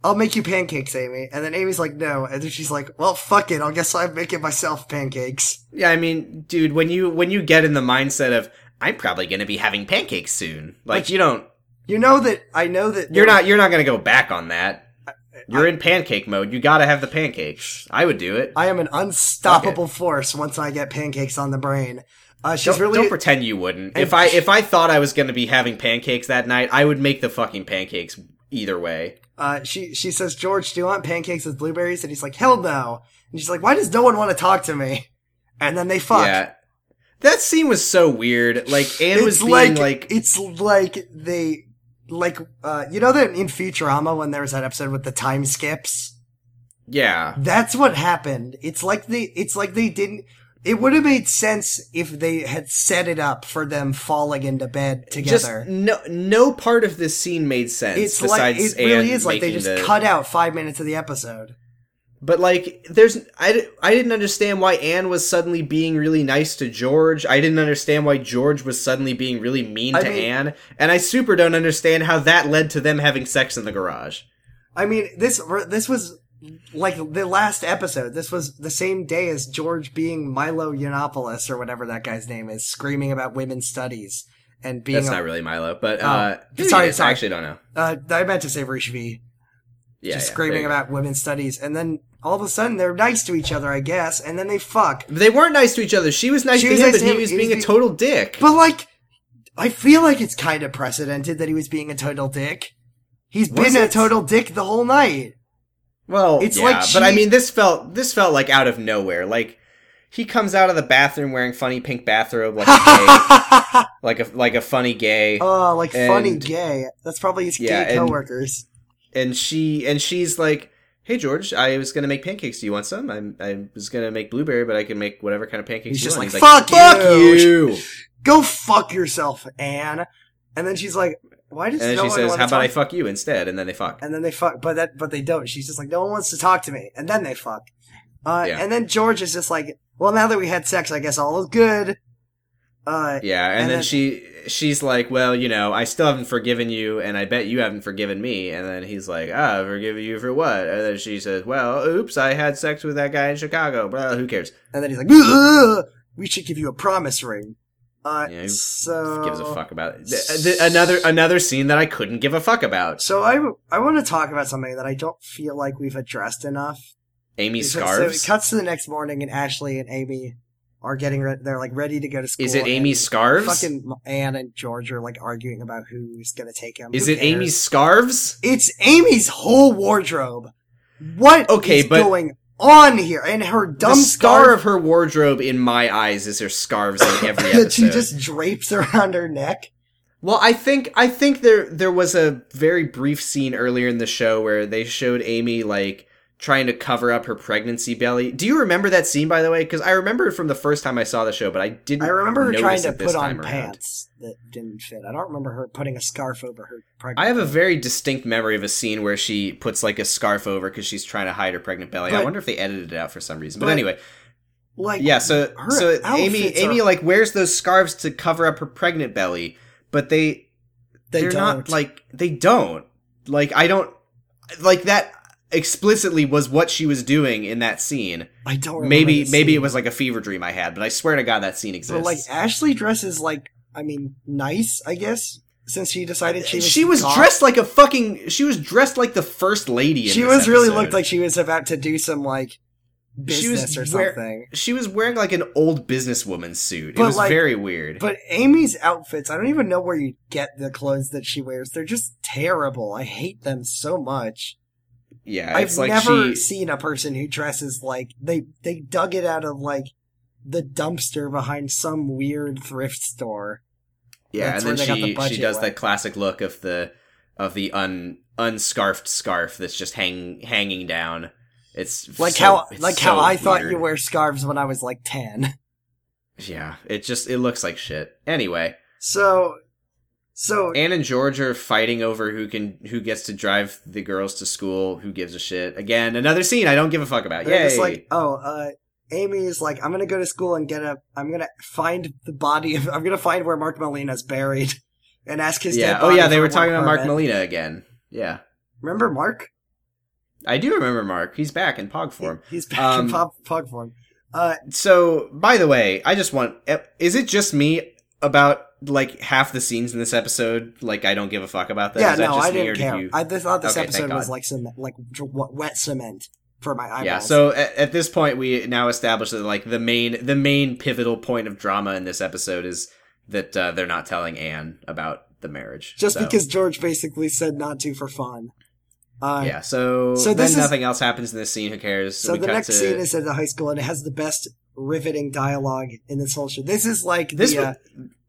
"I'll make you pancakes, Amy," and then Amy's like, "No," and then she's like, "Well, fuck it. I guess I'm making myself pancakes." Yeah, I mean, dude, when you when you get in the mindset of I'm probably gonna be having pancakes soon, like you don't, You know that I know that you're not, you're not gonna go back on that. You're in pancake mode. You gotta have the pancakes. I would do it. I am an unstoppable force once I get pancakes on the brain. Uh, she's Don't, really don't pretend you wouldn't. And- If I if I thought I was going to be having pancakes that night, I would make the fucking pancakes either way. uh, she she says, George, do you want pancakes with blueberries? And he's like, Hell no. And she's like, Why does no one want to talk to me? And then they fuck. Yeah, that scene was so weird. Like Anne was being like, it's like they like uh you know that in Futurama when there was that episode with the time skips? yeah, That's what happened. It's like they it's like they didn't it would have made sense if they had set it up for them falling into bed together. just no no part of this scene made sense. it's like besides it really Anne is like they making just the- cut out five minutes of the episode. But like, there's I, di- I didn't understand why Anne was suddenly being really nice to George. I didn't understand why George was suddenly being really mean I to mean- Anne, and I super don't understand how that led to them having sex in the garage. I mean, this this was like the last episode. This was the same day as George being Milo Yiannopoulos or whatever that guy's name is, screaming about women's studies and being. That's a- not really Milo, but uh, Oh, maybe sorry, it is. sorry. I actually don't know. uh, I meant to say Rishvi, Yeah, just yeah, there screaming you go. about women's studies, and then all of a sudden they're nice to each other, I guess, and then they fuck. They weren't nice to each other. She was nice She to was him, nice but to he him. was He was being a being- total dick. But like, I feel like it's kind of precedented that he was being a total dick. He's been Was a it? total dick the whole night. well, it's yeah, like she- but I mean, this felt this felt like out of nowhere. Like he comes out of the bathroom wearing funny pink bathrobe, like a gay, oh, like a like a funny gay. like funny And- gay. That's probably his Yeah, gay and- coworkers. and she and she's like hey george i was gonna make pancakes do you want some i'm i was gonna make blueberry but i can make whatever kind of pancakes He's you just want." like, "Fuck you!" go fuck yourself, Anne. And then she's like, why does and no then she one says how want to about i talk? fuck you instead and then they fuck and then they fuck, but that, but they don't. She's just like, no one wants to talk to me. And then they fuck. Uh, Yeah. and then George is just like, well, now that we had sex, I guess all is good. Uh, yeah and, then, and then- she she's like well you know i still haven't forgiven you and i bet you haven't forgiven me and then he's like ah forgive you for what and then she says well oops i had sex with that guy in chicago blah who cares and then he's like, "Ugh, we should give you a promise ring. Uh, Yeah, who so. gives a fuck about it Th- th- another another scene that i couldn't give a fuck about So I, I want to talk about something that I don't feel like we've addressed enough. amy Because- so scarves it cuts to the next morning and Ashley and Amy are getting, re- they're like ready to go to school. is it and- amy scarves Fucking Anne and George are like arguing about who's gonna take him. Is Who it cares? Amy's scarves? It's Amy's whole wardrobe. What Okay, is but- going on here? And her dumb the star scarf of her wardrobe, in my eyes, is her scarves in every that episode. she just drapes around her neck. Well, I think I think there there was a very brief scene earlier in the show where they showed Amy like trying to cover up her pregnancy belly. Do you remember that scene by the way? Because I remember it from the first time I saw the show, but I didn't. I remember her notice trying to it this put on time around. pants that didn't fit. I don't remember her putting a scarf over her pregnant. I have a very distinct memory of a scene where she puts like a scarf over because she's trying to hide her pregnant belly. I But- wonder if they edited it out for some reason. But, but- anyway, like yeah. So her so Amy outfits Amy are- like wears those scarves to cover up her pregnant belly, but they they are don't not like they don't like I don't like that explicitly was what she was doing in that scene. I don't remember Maybe the maybe scene. it was like a fever dream I had, but I swear to God that scene But exists. like Ashley dresses like I mean nice, I guess, since she decided she she was, was gone. dressed like a fucking. She was dressed like the first lady. In She this was really episode. looked like she was about to do some like business was or wear- something. She was wearing like an old businesswoman suit. it But, was like- very weird. But Amy's outfits, I don't even know where you get the clothes that she wears. They're just terrible. I hate them so much. yeah, I've it's like never she. seen a person who dresses like they they dug it out of like the dumpster behind some weird thrift store. yeah, that's and then where they got the she she budget does went. that classic look of the of the un unscarfed scarf that's just hang hanging down. It's Like so- how it's like so how I thought you weird. wear scarves when I was like 10. Yeah, it just it looks like shit. Anyway, So so Anne and George are fighting over who can who gets to drive the girls to school. Who gives a shit? Again, another scene I don't give a fuck about. They're Yay! just like, oh, uh, Amy is like, I'm gonna go to school and get a, I'm gonna find the body of, I'm gonna find where Mark Molina's buried, and ask his yeah. dead Oh body yeah, they for a were talking work about Mark permit." Molina again. Yeah. Remember Mark? I do remember Mark. He's back in pog form. He's back Um, in pop pug form. Uh, So, by the way, I just want is it just me about like half the scenes in this episode like I don't give a fuck about them? yeah, Is that no, just I me, or didn't did care. you- I th- thought this Okay, thank episode was God. like some like j- wet wet cement for my eyeballs. yeah. So at, at this point, we now establish that like the main the main pivotal point of drama in this episode is that uh, they're not telling Anne about the marriage. just So, because George basically said not to for fun. Uh, Yeah. So, So then this is- nothing else happens in this scene. Who cares? So We the cut next to- scene is at the high school, and it has the best riveting dialogue in this whole show. This is like This the, was- uh,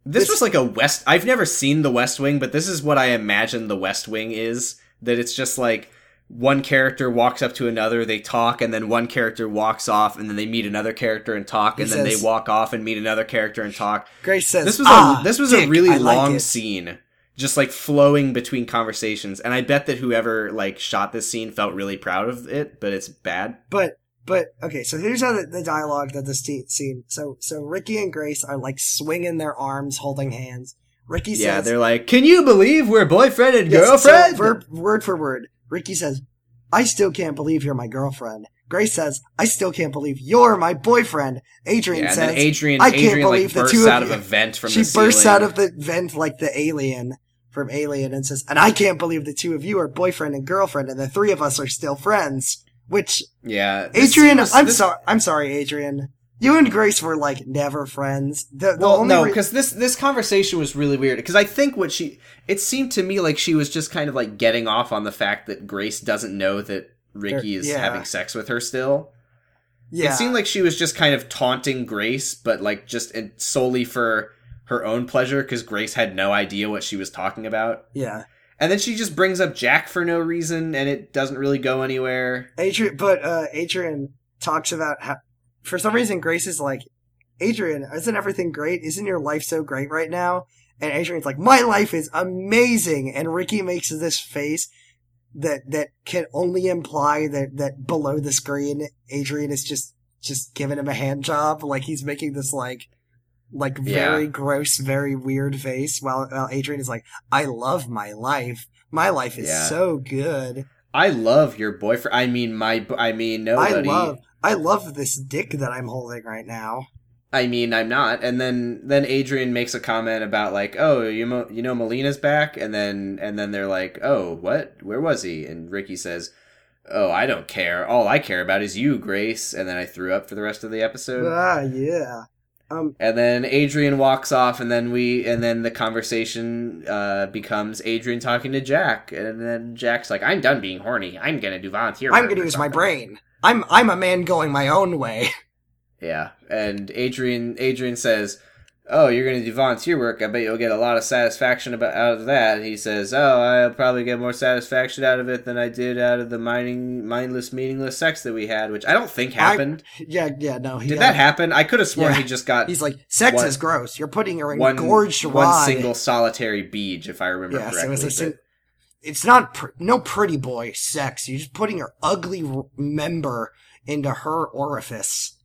this, This- was like a West. I've never seen The West Wing, but this is what I imagine The West Wing is. That it's just like one character walks up to another, they talk, and then one character walks off, and then they meet another character and talk, He and then they says- walk off and meet another character and talk. Grace says This was "Ah, a this was dick, a really I like long it." scene, just like flowing between conversations, and I bet that whoever like shot this scene felt really proud of it, but it's bad. But but okay, so here's how the, the dialogue that this te- scene. So so Ricky and Grace are like swinging their arms, holding hands. Ricky yeah, says, they're like, "Can you believe we're boyfriend and Yes, so girlfriend?" verb, word for word. Ricky says, "I still can't believe you're my girlfriend." Grace says, "I still can't believe you're my boyfriend." Adrian yeah, and says, then Adrian, "I can't Adrian like believe the two bursts of out of you- a vent from she the bursts ceiling. out of the vent like the alien from Alien and says, "And I can't believe the two of you are boyfriend and girlfriend, and the three of us are still friends." Which Yeah, this Adrian, seems- I'm this- sorry. I'm sorry, Adrian. You and Grace were like never friends. The, the Well, only no, re- because this this conversation was really weird. Because I think what she it seemed to me like she was just kind of like getting off on the fact that Grace doesn't know that Ricky There- is yeah. having sex with her still. yeah, It seemed like she was just kind of taunting Grace, but like just in, solely for her own pleasure because Grace had no idea what she was talking about. yeah. And then she just brings up Jack for no reason, and it doesn't really go anywhere. Adrian, but uh, Adrian talks about how for some reason Grace is like, Adrian, isn't everything great? Isn't your life so great right now? And Adrian's like, my life is amazing. And Ricky makes this face that that can only imply that that below the screen, Adrian is just just giving him a hand job. Like he's making this like like very Yeah. gross, very weird face. While, while Adrian is like, I love my life. My life is Yeah. so good. I love your boyfriend. I mean, my. bo- I mean, nobody. I love I love this dick that I'm holding right now. I mean, I'm not. And then then Adrian makes a comment about like, oh, you mo- you know, Molina's back. And then and then they're like, oh, what? Where was he? And Ricky says, oh, I don't care. All I care about is you, Grace. And then I threw up for the rest of the episode. Ah, yeah. Um, and then Adrian walks off, and then we, and then the conversation uh, becomes Adrian talking to Jack, and then Jack's like, "I'm done being horny. I'm gonna do volunteer. I'm work gonna or use my something." brain. I'm I'm a man going my own way. Yeah, and Adrian Adrian says, "Oh, you're going to do volunteer work. I bet you'll get a lot of satisfaction about out of that." And he says, "Oh, I'll probably get more satisfaction out of it than I did out of the mining, mindless, meaningless sex that we had," which I don't think happened. Yeah, yeah, no. He did got- that happen? I could have sworn Yeah. he just got He's like, sex One- is gross. You're putting her in one gorged one rye." single solitary beach, if I remember Yes, correctly. it was a sing- but- It's not pr- no pretty boy sex. You're just putting your ugly r- member into her orifice.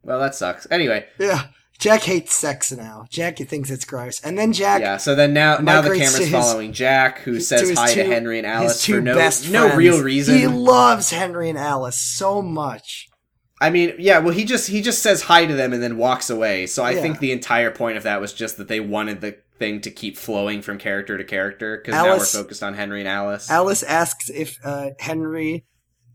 well, that sucks. Anyway, Yeah. Jack hates sex now. Jack thinks it's gross, and then Jack. yeah. So then now, now the migrates camera's to his- following Jack, who to says his hi to two- Henry and Alice his two for no best no friends. real reason. He loves Henry and Alice so much. I mean, yeah, well he just he just says hi to them and then walks away. So I Yeah. think the entire point of that was just that they wanted the thing to keep flowing from character to character cuz now we're Alice- focused on Henry and Alice. Alice asks if uh, Henry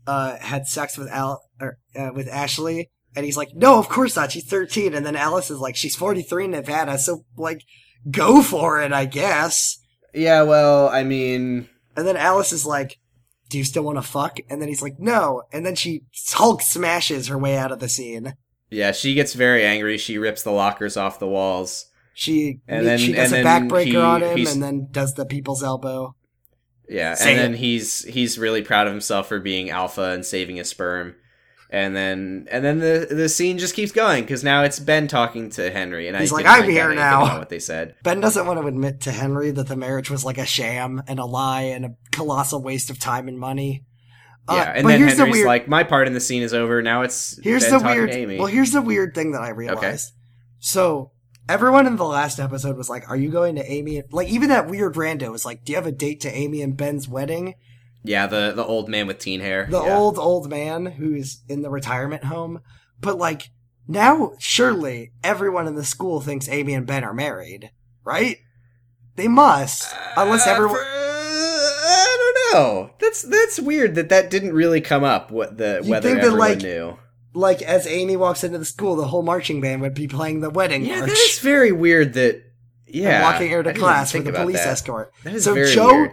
uh, had sex with Al or, uh, with Ashley, and he's like, "No, of course not. She's 13." And then Alice is like, "She's 43 in Nevada, so like, go for it, I guess." yeah, well, I mean, And then Alice is like, "Do you still want to fuck?" And then he's like, "No." And then she Hulk smashes her way out of the scene. yeah, she gets very angry. She rips the lockers off the walls. She And then- she does a and then backbreaker he- on him, he's- and then does the people's elbow. Yeah, Say and then it. he's he's really proud of himself for being alpha and saving his sperm. And then and then the the scene just keeps going cuz now it's Ben talking to Henry and He's I like, didn't "I'm make out here anything now." about what they said. Ben doesn't want to admit to Henry that the marriage was like a sham and a lie and a colossal waste of time and money. Uh, yeah, and but then here's Henry's the weird, like, "My part in the scene is over. Now it's here's ben the talking to weird. Amy." Well, here's the weird thing that I realized. So everyone in the last episode was like, "Are you going to Amy?" Like even that weird rando was like, "Do you have a date to Amy and Ben's wedding?" Yeah, the the old man with teen hair. the yeah. old old man who's in the retirement home but like now surely everyone in the school thinks amy and ben are married right they must unless Uh, everyone for- I don't know. That's that's weird that that didn't really come up. What the You'd whether think that, everyone like, knew. like as amy walks into the school the whole marching band would be playing the wedding Yeah, march that is very weird. That and yeah, walking her I to didn't class think with a about police that. escort That is so very joe weird.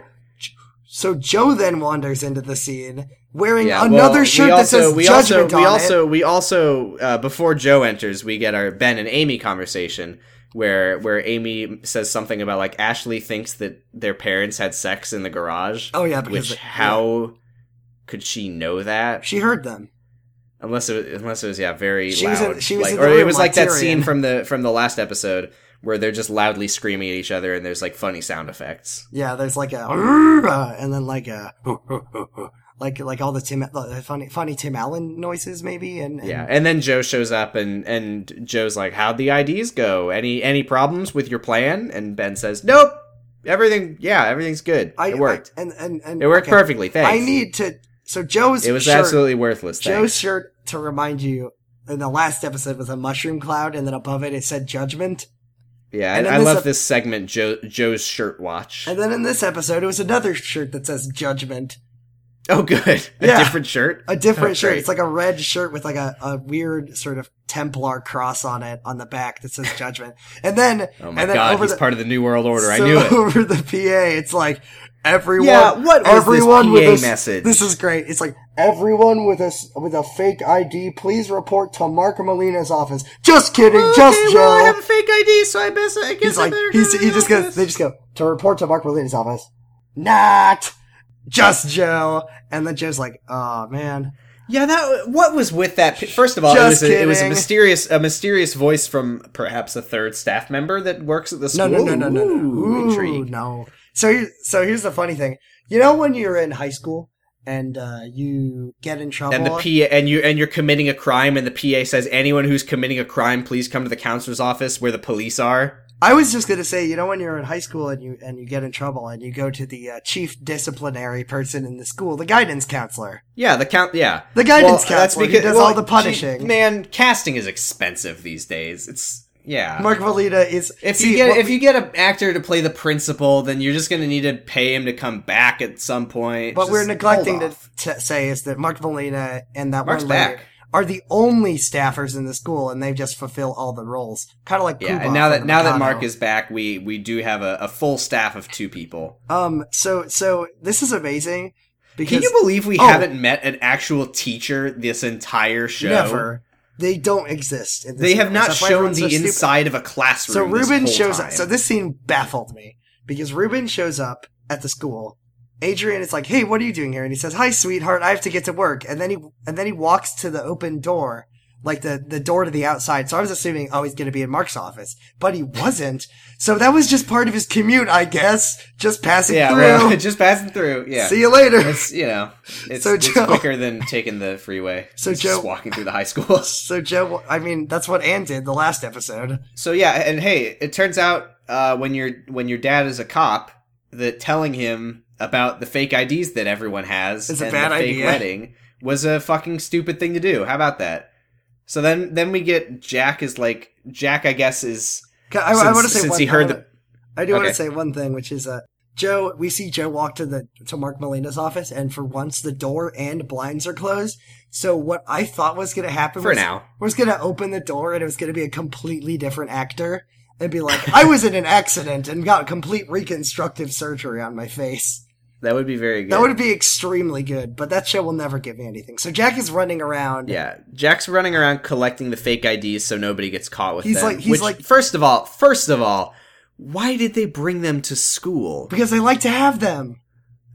so joe then wanders into the scene wearing Yeah, another well, shirt we that says also- we judgment also, we on it also we also uh, before Joe enters, we get our Ben and Amy conversation where where Amy says something about like Ashley thinks that their parents had sex in the garage. oh yeah which because the- how could she know that? she heard them Unless it was, unless it was yeah very She was loud. in- she was like, in the or it room was like like that Tyrion. scene from the from the last episode where they're just loudly screaming at each other and there's like funny sound effects. Yeah, there's like a and then like a like like all the Tim the funny funny Tim Allen noises maybe and, and Yeah, and then Joe shows up and and Joe's like, "How'd the IDs go? Any any problems with your plan?" And Ben says, "Nope, everything. Yeah, everything's good. I, it worked. I- and and and it worked okay. perfectly. Thanks. I need to so Joe's it was shirt, absolutely worthless. Joe's Thanks. shirt to remind you in the last episode was a mushroom cloud and then above it it said judgment Yeah, and I, then I this love ep- this segment. Joe Joe's shirt watch. and then in this episode it was another shirt that says judgment Oh, good. A Yeah. different shirt. a different Oh, shirt great. it's like a red shirt with like a, a weird sort of templar cross on it on the back that says judgment and then Oh my and then god, over he's the, part of the New World Order. I So knew it. over the PA, it's like everyone. Yeah, what was this everyone with PA this message? This is great. It's like everyone with a s- with a fake ID, please report to Mark Molina's office. Just kidding, just Oh, Joe. fake ID, so I guess I guess he's like he's, he just goes. They just go to report to Mark Molina's office. Not just Joe. And then Joe's like, oh man, Yeah, that what was with that? pi- First of all, it Just was, a, it was a kidding. mysterious a mysterious voice from perhaps a third staff member that works at the no school. no no no no no. Ooh, Ooh, intrigue. No. So here, so here's the funny thing. You know when you're in high school and uh, you get in trouble And the PA and you and you're committing a crime, and the PA says, "Anyone who's committing a crime, please come to the counselor's office where the police are." I was just gonna say, you know, when you're in high school and you and you get in trouble and you go to the uh, chief disciplinary person in the school, the guidance counselor. Yeah, the count. Yeah, The guidance counselor who does all the gee, punishing. man, casting is expensive these days. It's yeah. Mark Valita is. If see, you get what- if you get an actor to play the principal, then you're just going to need to pay him to come back at some point. what Just we're neglecting hold to off. t- say is that Mark Valina and that Mark's one lady back. are the only staffers in the school, and they just fulfill all the roles, kind of like Yeah, Pooh and Bah now from that the now that Mikado. Mark is back, we we do have a, a full staff of two people. um, so so this is amazing because Can you believe we Oh. haven't met an actual teacher this entire show? never They don't exist. In this They have universe. not That's why everyone's shown so the stupid. inside of a classroom. So this Ruben whole shows time. up. So this scene baffled me because Ruben shows up at the school. Adrian is like, "Hey, what are you doing here?" And he says, "Hi, sweetheart. I have to get to work." And then he and then he walks to the open door, like the the door to the outside. So I was assuming, oh, he's going to be in Mark's office, but he wasn't. So that was just part of his commute, I guess. Just passing yeah, through. well, just passing through. Yeah, See you later. it's you know, it's, So it's Joe- quicker than taking the freeway. So It's Joe- just walking through the high school. so Joe, I mean, that's what Anne did the last episode. So yeah, and hey, it turns out uh, when your when your dad is a cop, that telling him about the fake IDs that everyone has It's a and bad the fake idea. wedding was a fucking stupid thing to do. How about that? So then then we get Jack is like Jack, I guess is I, Since- want to say since one, he I heard wanna- the- I do want Okay. to say one thing, which is uh, Joe. We see Joe walk to the to Mark Molina's office, and for once, the door and blinds are closed. So what I thought was going to happen For was, now. was going to open the door, and it was going to be a completely different actor, and be like, "I was in an accident and got complete reconstructive surgery on my face." that would be very good. That would be extremely good, but that show will never give me anything. So Jack is running around. yeah, Jack's running around collecting the fake IDs so nobody gets caught with He's them. like- he's which, like- first of all, first of all, why did they bring them to school? because I like to have them.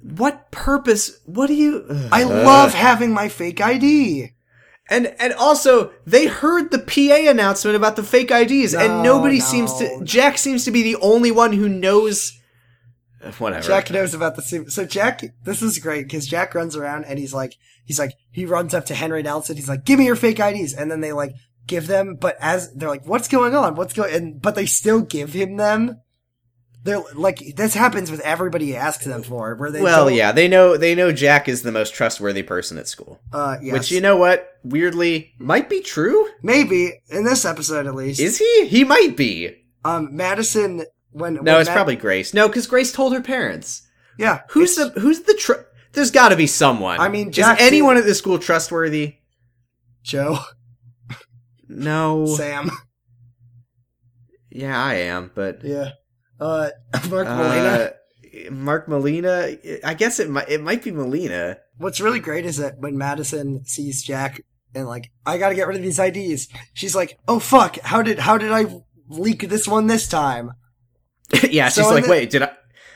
What purpose? What do you? Ugh. I love having my fake ID. And and also they heard the PA announcement about the fake IDs, No, and nobody no. seems to. Jack seems to be the only one who knows. Uh, Whatever. Jack knows about the super. So Jack, this is great because Jack runs around and he's like, he's like, he runs up to Henry Nelson. He's like, give me your fake IDs. And then they like give them, but as they're like, what's going on? What's going, and, but they still give him them. They're like, this happens with everybody you ask them for, where they, well, don't- yeah, they know they know Jack is the most trustworthy person at school, uh, yes. which you know what, weirdly, might be true. maybe in this episode at least, Is he? He might be. um, Madison, when, No, when it's Ma- probably Grace. No, because Grace told her parents. yeah, Who's the Who's the? Tr- There's got to be someone. I mean, Jack is anyone at the school trustworthy? Joe, No. Sam, Yeah, I am, but yeah, uh, Mark Molina. Uh, Mark Molina. I guess it might it might be Molina. what's really great is that when Madison sees Jack and like, I gotta get rid of these IDs, she's like, Oh fuck, how did how did I leak this one this time? yeah, So she's in like, the- wait, did I?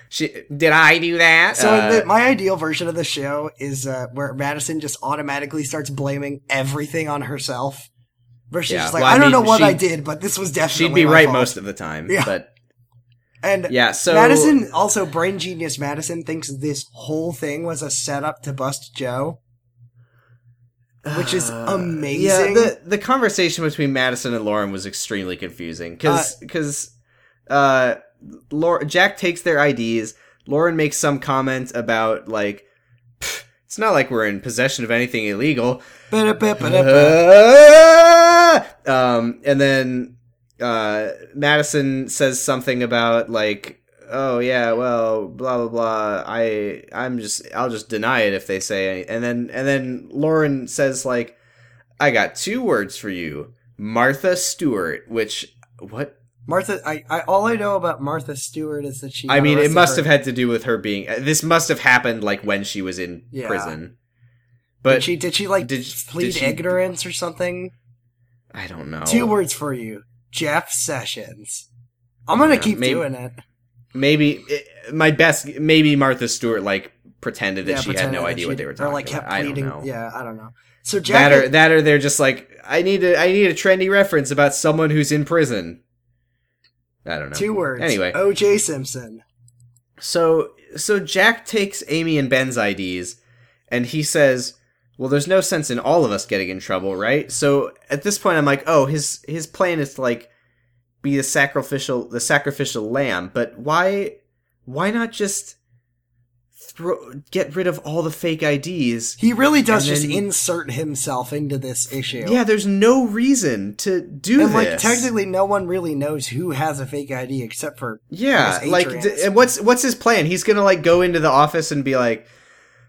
She, did I do that? So Uh, the, my ideal version of the show is uh, where Madison just automatically starts blaming everything on herself. Where she's Yeah, just like, well, I, I don't mean, know what she- I did, but this was definitely she'd be my right fault." most of the time, Yeah. but and yeah. So Madison also brain genius Madison thinks this whole thing was a setup to bust Joe. Which is Uh, amazing. Yeah, the the conversation between Madison and Lauren was extremely confusing because because uh, Lau- Jack takes their IDs. Lauren makes some comment about like. "Pfft, It's not like we're in possession of anything illegal. Ba-da-ba-ba-da-ba. Uh, um, and then uh, Madison says something about like, oh yeah, well, blah blah blah. I I'm just I'll just deny it if they say. Any-. And then and then Lauren says like, I got two words for you, Martha Stewart. Which what? Martha, I, I all I know about Martha Stewart is that she. I got mean, it arrested must for- have had to do with her being. uh, This must have happened like when she was in Yeah. prison. Did But she did she like did sh- plead did she- Oh. ignorance or something? I don't know. Two words for you, Jeff Sessions. I'm gonna Yeah, keep maybe- doing it. maybe it, my best maybe martha stewart like pretended that Yeah, she had pretending no that idea she- what they were or, talking like, kept about i don't pleading- know Yeah, I don't know. So that or Jack, that or they're just like i need a i need a trendy reference about someone who's in prison i don't know two words. anyway O.J. Simpson. so so jack takes amy and ben's ids and he says well there's no sense in all of us getting in trouble right so at this point i'm like oh his his plan is to like be the sacrificial the sacrificial lamb but why why not just throw get rid of all the fake ids He really does And just then- insert himself into this issue. yeah there's no reason to do And like this. technically, no one really knows who has a fake ID except for Yeah, Because like Adrian d- is- and what's what's his plan? He's gonna like go into the office and be like,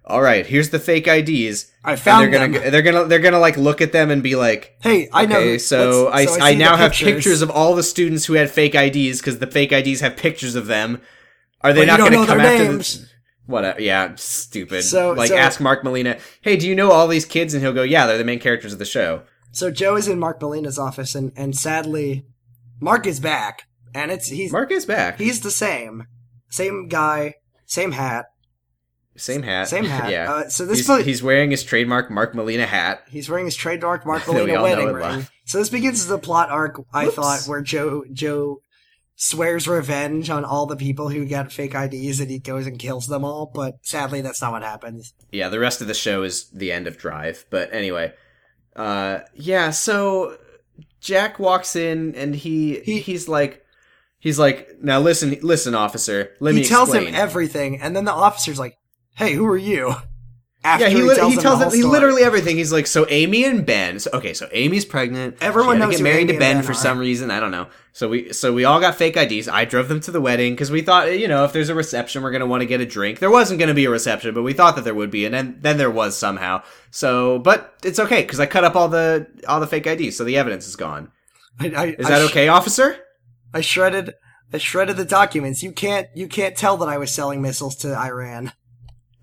"All right, here's the fake IDs." I found and they're them. gonna they're gonna they're gonna like look at them and be like, Hey, I know. "Okay, who- so I, let's- I, see the now have pictures of all the students who had fake IDs because the fake IDs have pictures of them. Are they But you not don't gonna know come their after names. the Whatever. Yeah, stupid. So- like so- ask Mark Molina, "Hey, do you know all these kids?" And he'll go, "Yeah, they're the main characters of the show." So Joe is in Mark Molina's office, and and sadly, Mark is back, and it's he's Mark is back. he's the same, same guy, same hat, Same hat. same hat. yeah. Uh, so this he's, pla- he's wearing his trademark Mark Molina hat. He's wearing his trademark Mark That we Molina all know wedding and ring. love. So this begins the plot arc I Whoops. thought where Joe Joe swears revenge on all the people who got fake IDs and he goes and kills them all, but sadly that's not what happens. Yeah, the rest of the show is the end of Drive. But anyway, uh, yeah. So Jack walks in and he, He- he's like he's like now listen listen officer let he me tells explain. him everything, and then the officer's like, Hey, who are you? After yeah, he, lit- he him the tells whole him he story. literally everything. He's like, so Amy and Ben. So, okay, so Amy's pregnant. Everyone she had knows to get who married Amy to and Ben Ben for are. some reason. I don't know. So we so we all got fake IDs. I drove them to the wedding because we thought you know if there's a reception we're gonna want to get a drink. There wasn't gonna be a reception, but we thought that there would be, and then then there was somehow. So, but it's okay because I cut up all the all the fake IDs, so the evidence is gone. I, I, Is I that sh- okay, officer? I shredded I shredded the documents. You can't you can't tell that I was selling missiles to Iran.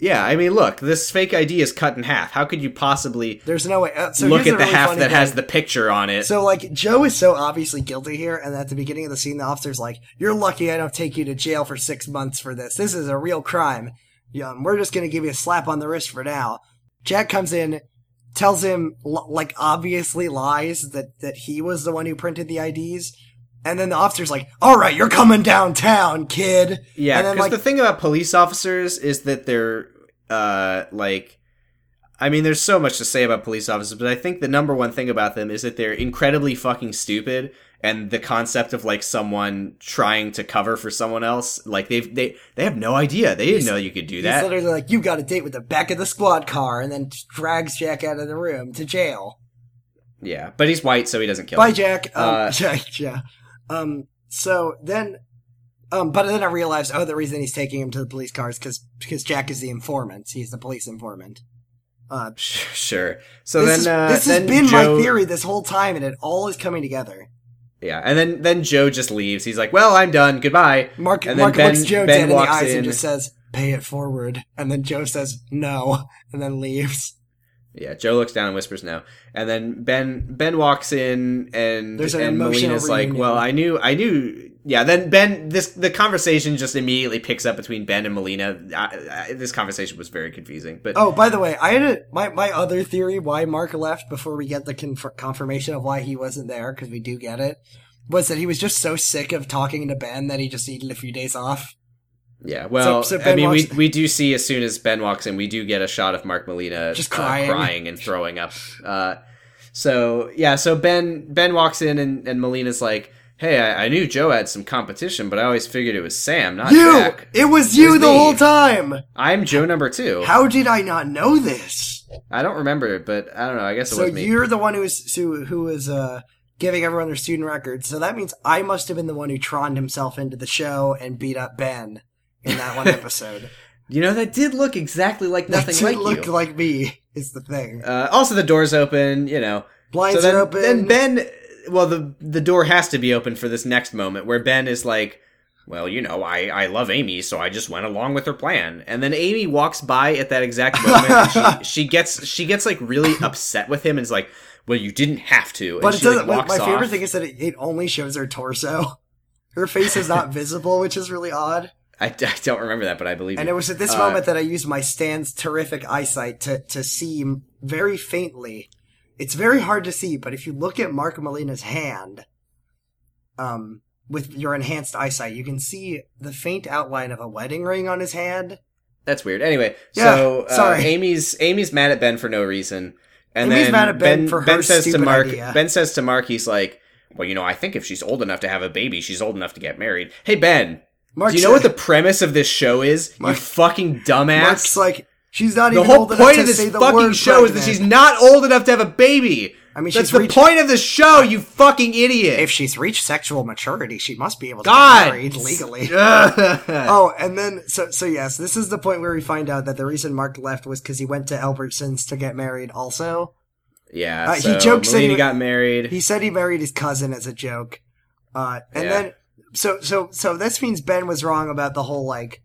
Yeah, I mean, look, this fake ID is cut in half. How could you possibly There's no way. Uh, so look here's at a the really half funny that thing. has the picture on it? So like Joe is so obviously guilty here, and at the beginning of the scene, the officer's like, "You're lucky I don't take you to jail for six months for this. This is a real crime. Yeah, um, we're just gonna give you a slap on the wrist for now." Jack comes in, tells him l- like obviously lies that that he was the one who printed the IDs, and then the officer's like, "All right, you're coming downtown, kid." Yeah, and then because like the thing about police officers is that they're uh, like, I mean, there's so much to say about police officers, but I think the number one thing about them is that they're incredibly fucking stupid, and the concept of like someone trying to cover for someone else, like they've they they have no idea, they didn't know you could do he's that. literally like, "You got a date with the back of the squad car," and then drags Jack out of the room to jail. Yeah, but he's white, so he doesn't kill. Bye, him. Jack. Um, Uh, yeah, yeah. Um, so then, um, but then I realized, oh, the reason he's taking him to the police car is because because Jack is the informant. He's the police informant. Uh, Sure. So then, this is- uh, this then has been Joe- my theory this whole time, and it all is coming together. Yeah, and then then Joe just leaves. He's like, "Well, I'm done. Goodbye." Mark, and then Mark looks Joe Ben dead in the walks eyes in. and just says, "Pay it forward," and then Joe says, "No," and then leaves. Yeah, Joe looks down and whispers no. And then Ben Ben walks in and There's an and emotional Melina's like, reunion. "Well, I knew I knew yeah, then Ben this the conversation just immediately picks up between Ben and Melina. I, I, this conversation was very confusing, but Oh, by the way, I had a, my my other theory why Mark left before we get the conf- confirmation of why he wasn't there because we do get it was that he was just so sick of talking to Ben that he just needed a few days off. yeah. Well, so I Ben mean, walks- we we do see as soon as Ben walks in, we do get a shot of Mark Melina Just uh, crying. crying and throwing up. Uh, so yeah, so Ben Ben walks in and and Melina's like, "Hey, I, I knew Joe had some competition, but I always figured it was Sam, not you, Jack. it was you was the me. whole time. I'm Joe number two. How did I not know this? I don't remember, but I don't know. I guess it So was me. you're the one who was who, who was uh, giving everyone their student records. So that means I must have been the one who troned himself into the show and beat up Ben in that one episode. You know, that did look exactly like nothing that like didn't look you. like me is the thing. uh, also, the door's open. You know, Blinds so then, are open. Then Ben, well, the the door has to be open for this next moment where Ben is like, "Well, you know, I I love Amy, so I just went along with her plan." And then Amy walks by at that exact moment. and she, she gets she gets like really upset with him and is like, "Well, you didn't have to." And But it she, like, doesn't. my- walks my favorite off. thing is that it, it only shows her torso. Her face is not visible, which is really odd. I, I don't remember that, but I believe And you. it was at this Uh, moment that I used my Stan's terrific eyesight to to see m- very faintly. It's very hard to see, but if you look at Mark Molina's hand, um, with your enhanced eyesight, you can see the faint outline of a wedding ring on his hand. That's weird. Anyway, Yeah, so uh, sorry. Amy's Amy's mad at Ben for no reason, and Amy's then mad at Ben for her says to stupid Mark. idea. Ben says to Mark, he's like, "Well, you know, I think if she's old enough to have a baby, she's old enough to get married." Hey, Ben, Mark's do you know what the premise of this show is? Mark- you fucking dumbass. Mark's like? She's not the even whole old enough point to of this say the fucking word show is that pregnant. she's not old enough to have a baby. I mean, that's she's the reach- point of the show. You fucking idiot. If she's reached sexual maturity, she must be able to God. be married legally. Ugh. Oh, and then so so yes, this is the point where we find out that the reason Mark left was because he went to Albertsons to get married. Also, yeah, Uh, he so jokes that Melina he- got married. he said he married his cousin as a joke, uh, and Yeah. then so so so this means Ben was wrong about the whole like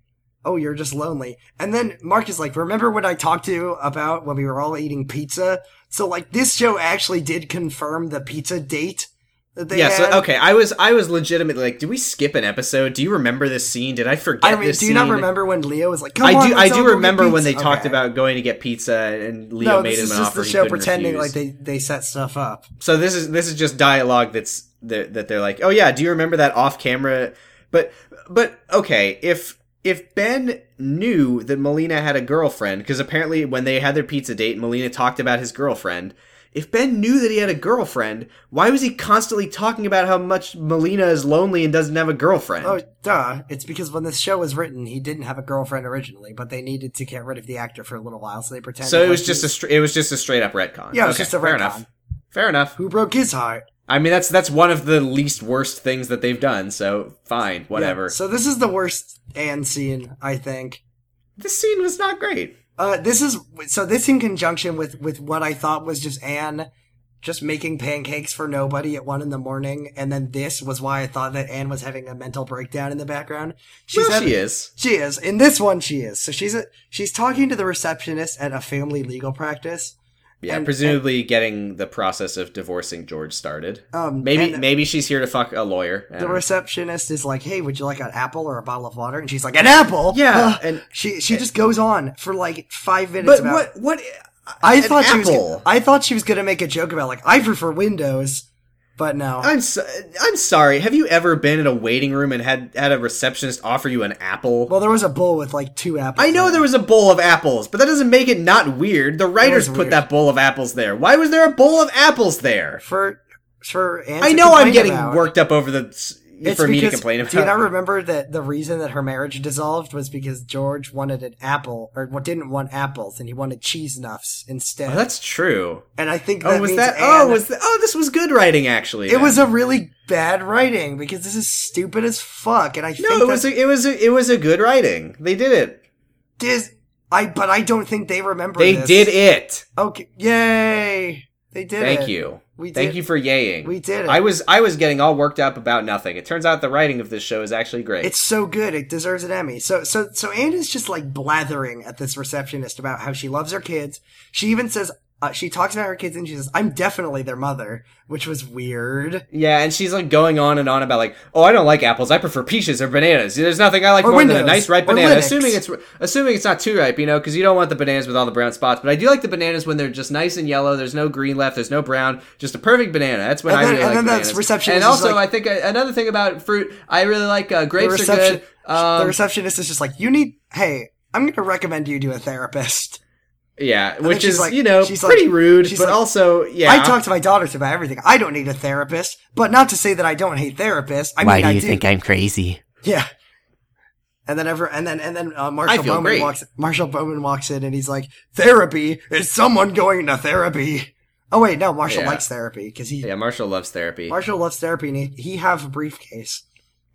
oh, you're just lonely. And then Mark is like, remember what I talked to you about when we were all eating pizza? So like this show actually did confirm the pizza date that they yeah. had. So okay, I was I was legitimately like, did we skip an episode? Do you remember this scene? Did I forget? I mean, this do you not scene? remember when Leo was like, Come I on, do. let's I all do go get remember when they pizza? talked Okay. about going to get pizza, and Leo No, made this him is an just offer. the he show couldn't pretending refuse. like they, they set stuff up. So this is this is just dialogue that's that, that they're like, oh yeah, do you remember that off camera? But but okay, if if Ben knew that Melina had a girlfriend, because apparently when they had their pizza date, Melina talked about his girlfriend. If Ben knew that he had a girlfriend, why was he constantly talking about how much Melina is lonely and doesn't have a girlfriend? Oh, duh. It's because when this show was written, he didn't have a girlfriend originally, but they needed to get rid of the actor for a little while, so they pretended. so it like was he- just a str- it was just a straight up retcon. Yeah, it was just a Fair retcon. enough. Fair enough. Who broke his heart? I mean, that's that's one of the least worst things that they've done. So fine, whatever. Yeah, So this is the worst Anne scene, I think. this scene was not great. Uh, this is so this in conjunction with with what I thought was just Anne just making pancakes for nobody at one in the morning, and then this was why I thought that Anne was having a mental breakdown in the background. She's well, having- she is. She is. In this one, she is. So she's a, she's talking to the receptionist at a family legal practice. Yeah, And- presumably getting the process of divorcing George started. Um, maybe and maybe she's here to fuck a lawyer. I the don't know. receptionist is like, "Hey, would you like an apple or a bottle of water?" And she's like, "An apple." Yeah, Huh. and- she she just goes on for like five but minutes. about, what what? I an thought she was. apple. Gonna, I thought she was gonna make a joke about like I prefer Windows, but no. I'm so, I'm sorry. Have you ever been in a waiting room and had had a receptionist offer you an apple? well, there was a bowl with like two apples. I know there was a bowl of apples, but that doesn't make it not weird. The writers put weird. that bowl of apples there. Why was there a bowl of apples there? for for. Anne I to know I'm complain getting about. worked up over the s- for me to complain about. Do you not remember that the reason that her marriage dissolved was because George wanted an apple, or what didn't want apples, and he wanted cheese nuffs instead. Oh, that's true. and I think that Oh, was means that? Oh, Anne- was that, oh, this was good writing actually. it then. was a really bad writing because this is stupid as fuck, and I No, think it was that a, it was a, it was a good writing. They did it. Dis- I but I don't think they remember. They this. did it. Okay, yay! They did. Thank it. you. We Thank did- you for yaying. we did it. I was I was getting all worked up about nothing. It turns out the writing of this show is actually great. It's so good. It deserves an Emmy. So so so Anne is just like blathering at this receptionist about how she loves her kids. She even says uh, she talks about her kids and she says, "I'm definitely their mother," which was weird. yeah, and she's like going on and on about like, oh, I don't like apples. I prefer peaches or bananas. There's nothing I like Or more than a Windows. nice ripe Or banana. Linux. Assuming it's assuming it's not too ripe, you know, because you don't want the bananas with all the brown spots. But I do like the bananas when they're just nice and yellow. There's no green left. There's no brown. Just a perfect banana. That's when And I then- really and like then that's bananas. receptionist And is also, like- I think uh, another thing about fruit, I really like uh, The grapes are reception good. Um, the receptionist is just like, "You need hey, I'm going to recommend you to a therapist." Yeah, then which she's is like- you know she's pretty like- rude, she's but like, also yeah. I talk to my daughters about everything. I don't need a therapist, but not to say that I don't hate therapists. I Why mean, do I you do. think I'm crazy? Yeah. And then ever and then and then uh, Marshall feel Bowman great. walks Marshall Bowman walks in and he's like, "Therapy? Is someone going to therapy?" Oh wait, no, Marshall Yeah. likes therapy cuz he yeah, Marshall loves therapy. Marshall loves therapy and he, he have a briefcase.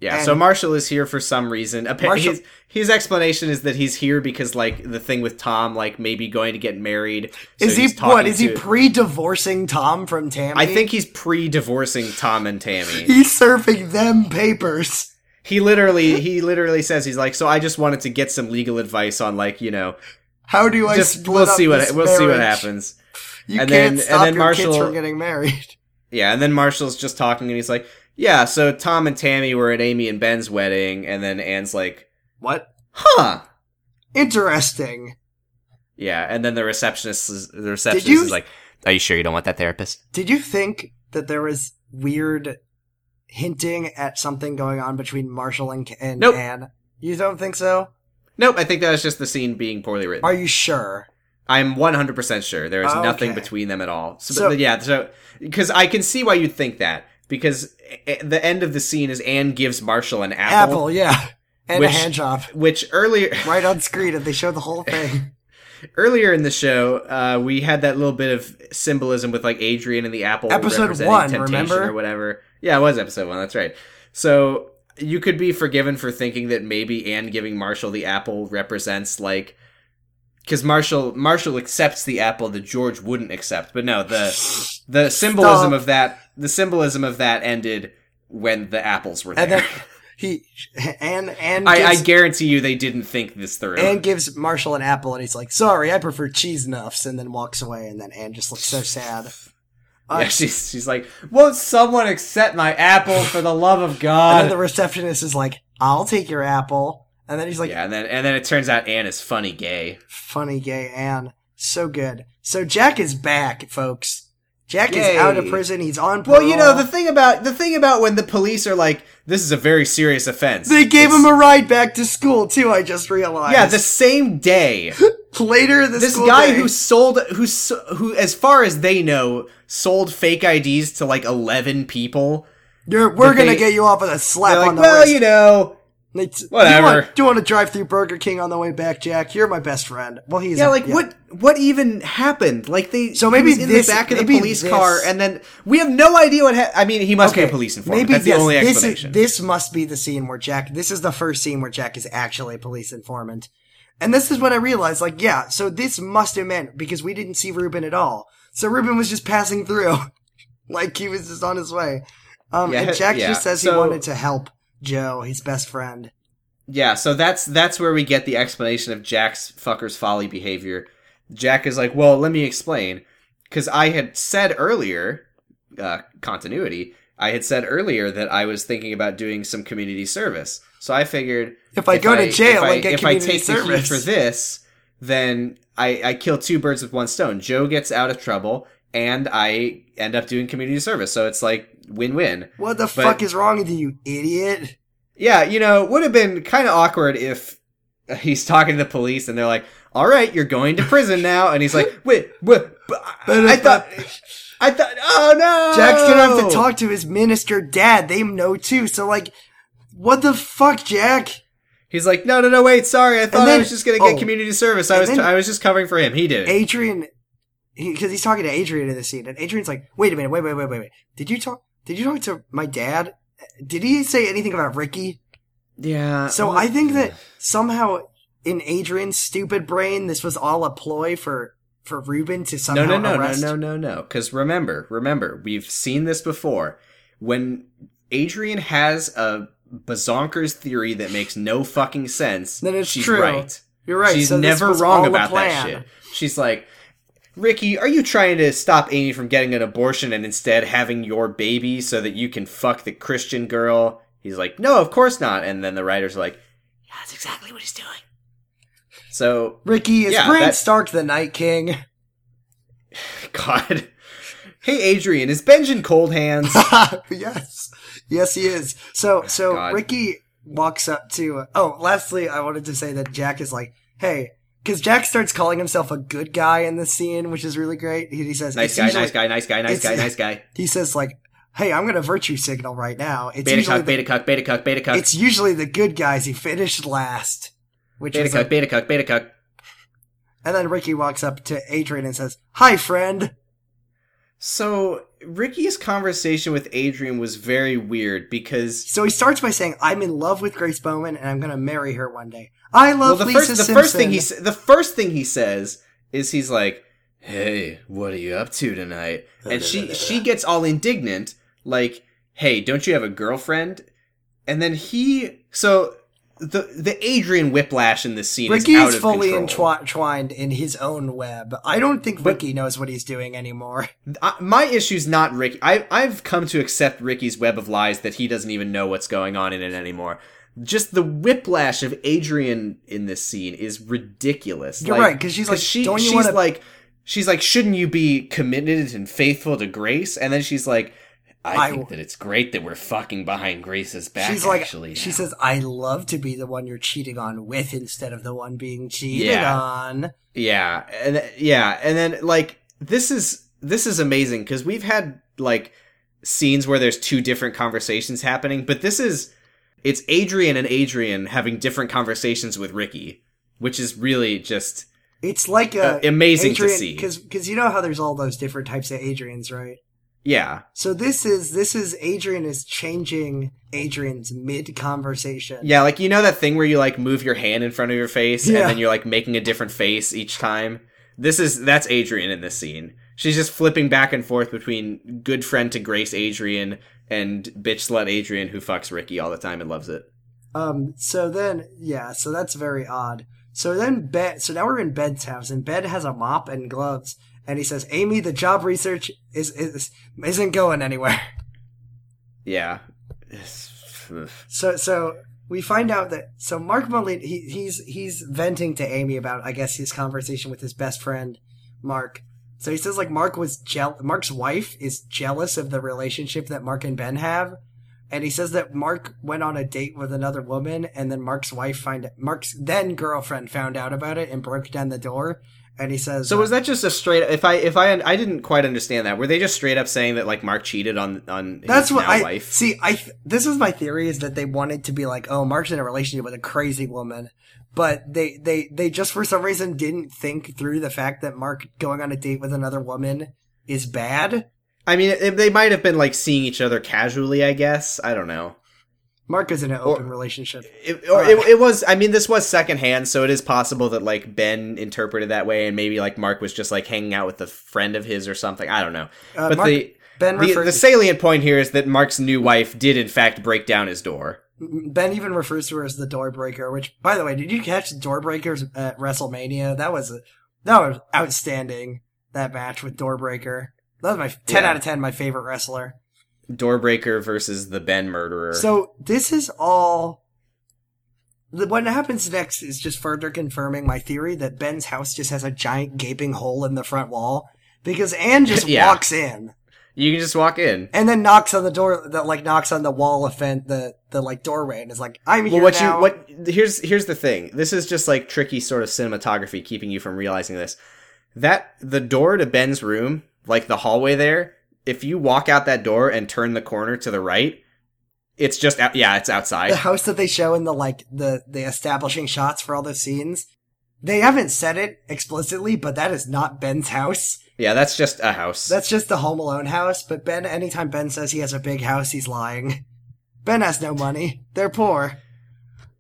yeah, and- so Marshall is here for some reason. Apparently, Marshall- his, his explanation is that he's here because like the thing with Tom, like maybe going to get married. so is he he's talking what? Is he to- pre-divorcing Tom from Tammy? I think he's pre-divorcing Tom and Tammy. he's surfing them papers. he literally, he literally says he's like, so I just wanted to get some legal advice on like you know, How do I just split we'll up see what this we'll see what marriage? happens. You And can't then- and stop then your kids Marshall- from getting married. Yeah, and then Marshall's just talking, and he's like, yeah, so Tom and Tammy were at Amy and Ben's wedding, and then Anne's like, What? huh. Interesting. Yeah, and then the receptionist is the receptionist Did you- is like, Are you sure you don't want that therapist? Did you think that there was weird hinting at something going on between Marshall and, and Nope. Anne? You don't think so? "Nope, I think that was just the scene being poorly written." Are you sure? I'm 100% sure there is Okay. nothing between them at all. So, So- but yeah, so cuz I can see why you'd think that because a- a- the end of the scene is Anne gives Marshall an Apple, apple, yeah. And Which- a hand job. which earlier Right on screen, and they show the whole thing. earlier in the show, uh, we had that little bit of symbolism with like Adrian and the apple Episode representing one, temptation remember? or whatever. Yeah, it was episode one. That's right. So you could be forgiven for thinking that maybe Anne giving Marshall the apple represents like because Marshall Marshall accepts the apple that George wouldn't accept. But no, the the symbolism Stop. of that the symbolism of that ended when the apples were there. And then He and and I, I gives, guarantee you they didn't think this through. and gives Marshall an apple, and he's like, "Sorry, I prefer cheese nuffs," and then walks away. And then Anne just looks so sad. Uh, yeah, she's she's like, won't someone accept my apple for the love of God? And then the receptionist is like, "I'll take your apple," and then he's like, yeah, and then and then it turns out Anne is funny gay. funny gay Anne. So good. So Jack is back, folks. Jack Yay. is out of prison. He's on parole. Well, you know the thing about the thing about when the police are like, this is a very serious offense. they gave It's- him a ride back to school too. I just realized. yeah the same day. later the This school guy day- who sold who s- who as far as they know sold fake IDs to like eleven people. You're, we're that gonna they- get you off with a slap They're like, on the well, wrist. you know, They t- whatever. Do you, want, do you want to drive through Burger King on the way back, Jack? You're my best friend. Well, he's yeah, a- like what what even happened? Like they So he maybe was in this- the back of the maybe police this- car, and then we have no idea what. Ha- I mean, he must be a police informant. That's the yes, only this is- explanation. This, must be the scene where Jack. This is the first scene where Jack is actually a police informant, and this is when I realized, like, yeah, so this must have meant because we didn't see Ruben at all. So Ruben was just passing through, like he was just on his way. Um, Yeah, and Jack yeah. just says he So- wanted to help Joe, his best friend. Yeah, so that's that's where we get the explanation of Jack's fucker's folly behavior. Jack is like, "Well, let me explain, because I had said earlier, uh, continuity. I had said earlier that I was thinking about doing some community service. So I figured If I go to jail if and get if community I take the heat service. for this, then I, I kill two birds with one stone. Joe gets out of trouble, and I end up doing community service. So it's like win-win. What the fuck is wrong with you, idiot? Yeah, you know, it would have been kind of awkward if he's talking to the police and they're like, "All right, you're going to prison now," and he's like, "Wait, wait but I, I thought, I thought, oh no, Jack's gonna have Oh. to talk to his minister dad. They know too. So like, what the fuck, Jack? He's like, "No, no, no, wait, sorry, I thought I then- was just gonna get oh. community service. I And was, then- I was just covering for him. He did it. Adrian, because he's talking to Adrian in the scene, and Adrian's like, "Wait a minute, wait, wait, wait, wait, wait. Did you talk? Did you talk to my dad? Did he say anything about Ricky?" Uh, oh, yeah. So I think that somehow in Adrian's stupid brain, this was all a ploy for for Ruben to somehow no, no, no, no, arrest. no, no, no. Because remember, remember, we've seen this before. When Adrian has a bazonkers theory that makes no fucking sense, Then it's she's true. right. You're right. She's so this never was wrong all a about that plan. shit. She's like, Ricky, are you trying to stop Amy from getting an abortion and instead having your baby so that you can fuck the Christian girl? He's like, no, of course not. And then the writers are like, yeah, that's exactly what he's doing. So, Ricky is Yeah, Bran that- Stark, the Night King. God. Hey, Adrian, is Benjamin Cold Hands? yes, yes, he is. So, so Oh God. Ricky walks up to. Oh, lastly, I wanted to say that Jack is like, "Hey," because Jack starts calling himself a good guy in this scene, which is really great. He, he says, nice it's guy, usually- nice guy, nice guy, nice it's- guy, nice guy. He says like, "Hey, I'm gonna virtue signal right now." It's Beta usually cuck, the, beta cuck, beta cuck, beta cuck, it's usually the good guys who finish last, which beta is like- cuck, beta cuck, beta cuck. and then Ricky walks up to Adrian and says, "Hi, friend." So, Ricky's conversation with Adrian was very weird because So he starts by saying, "I'm in love with Grace Bowman and I'm gonna marry her one day." I love the Lisa first, the Simpson. first thing he sa- the first thing he says is he's like, "Hey, what are you up to tonight?" And she she gets all indignant, like, "Hey, don't you have a girlfriend?" And then he so the the Adrian Whiplash in this scene Ricky is out is of fully control. entwined in his own web. I don't think Ricky knows what he's doing anymore. I, my issue's not Ricky. I, I've come to accept Ricky's web of lies that he doesn't even know what's going on in it anymore. Just the whiplash of Adrian in this scene is ridiculous. You're right, 'cause she's like, "Don't you she's wanna-" like, she's like, shouldn't you be committed and faithful to Grace? And then she's like, I, I- think that it's great that we're fucking behind Grace's back. She's like, actually, she now." says, "I love to be the one you're cheating on with instead of the one being cheated Yeah. on." Yeah, and th- yeah, and then like this is this is amazing because we've had like scenes where there's two different conversations happening, but this is it's Adrian and Adrian having different conversations with Ricky, which is really just It's like a Uh, amazing to see. because you know how there's all those different types of Adrians, right? yeah, So this is this is Adrian is changing Adrian's mid conversation. yeah, like you know that thing where you like move your hand in front of your face Yeah. and then you're like making a different face each time. This is that's Adrian in this scene. She's just flipping back and forth between good friend to Grace Adrian and bitch slut Adrian who fucks Ricky all the time and loves it. Um, so then, yeah, so that's very odd. So then, Bed, so now we're in Bed's house, and Bed has a mop and gloves, and he says, "Amy, the job research is is isn't going anywhere." Yeah. So, so we find out that so Mark Molina, he, he's he's venting to Amy about, I guess, his conversation with his best friend Mark. So he says like Mark was jeal- Mark's wife is jealous of the relationship that Mark and Ben have, and he says that Mark went on a date with another woman, and then Mark's wife find Mark's then girlfriend found out about it and broke down the door, and he says So was that just a straight? If I if I I didn't quite understand that. Were they just straight up saying that like Mark cheated on on That's his what now I wife? see. I th- this is my theory is that they wanted to be like, oh, Mark's in a relationship with a crazy woman, but they they they just for some reason didn't think through the fact that Mark going on a date with another woman is bad. I mean, it, they might have been like seeing each other casually. I guess I don't know. Mark is in an open relationship. It, or it, it was. I mean, this was secondhand, so it is possible that like Ben interpreted that way, and maybe like Mark was just like hanging out with a friend of his or something. I don't know. Uh, but Mark, the Ben the, refers the salient point here is that Mark's new wife did in fact break down his door. Ben even refers to her as the doorbreaker. Which, by the way, did you catch doorbreakers at WrestleMania? That was a, that was outstanding. That match with doorbreaker. That was my ten Yeah. out of ten. My favorite wrestler. Doorbreaker versus the Ben murderer. So this is all. the- What happens next is just further confirming my theory that Ben's house just has a giant gaping hole in the front wall because Anne just Yeah. walks in you can just walk in. and then knocks on the door that like knocks on the wall of fen- the the like doorway and is like I'm Well, here what now. you what here's here's the thing. This is just like tricky sort of cinematography, keeping you from realizing this. That the door to Ben's room, like the hallway there, if you walk out that door and turn the corner to the right, it's just out, yeah, it's outside. the house that they show in the like the the establishing shots for all those scenes. They haven't said it explicitly, but that is not Ben's house. yeah, that's just a house. That's just the Home Alone house. But Ben, anytime Ben says he has a big house, he's lying. Ben has no money. They're poor.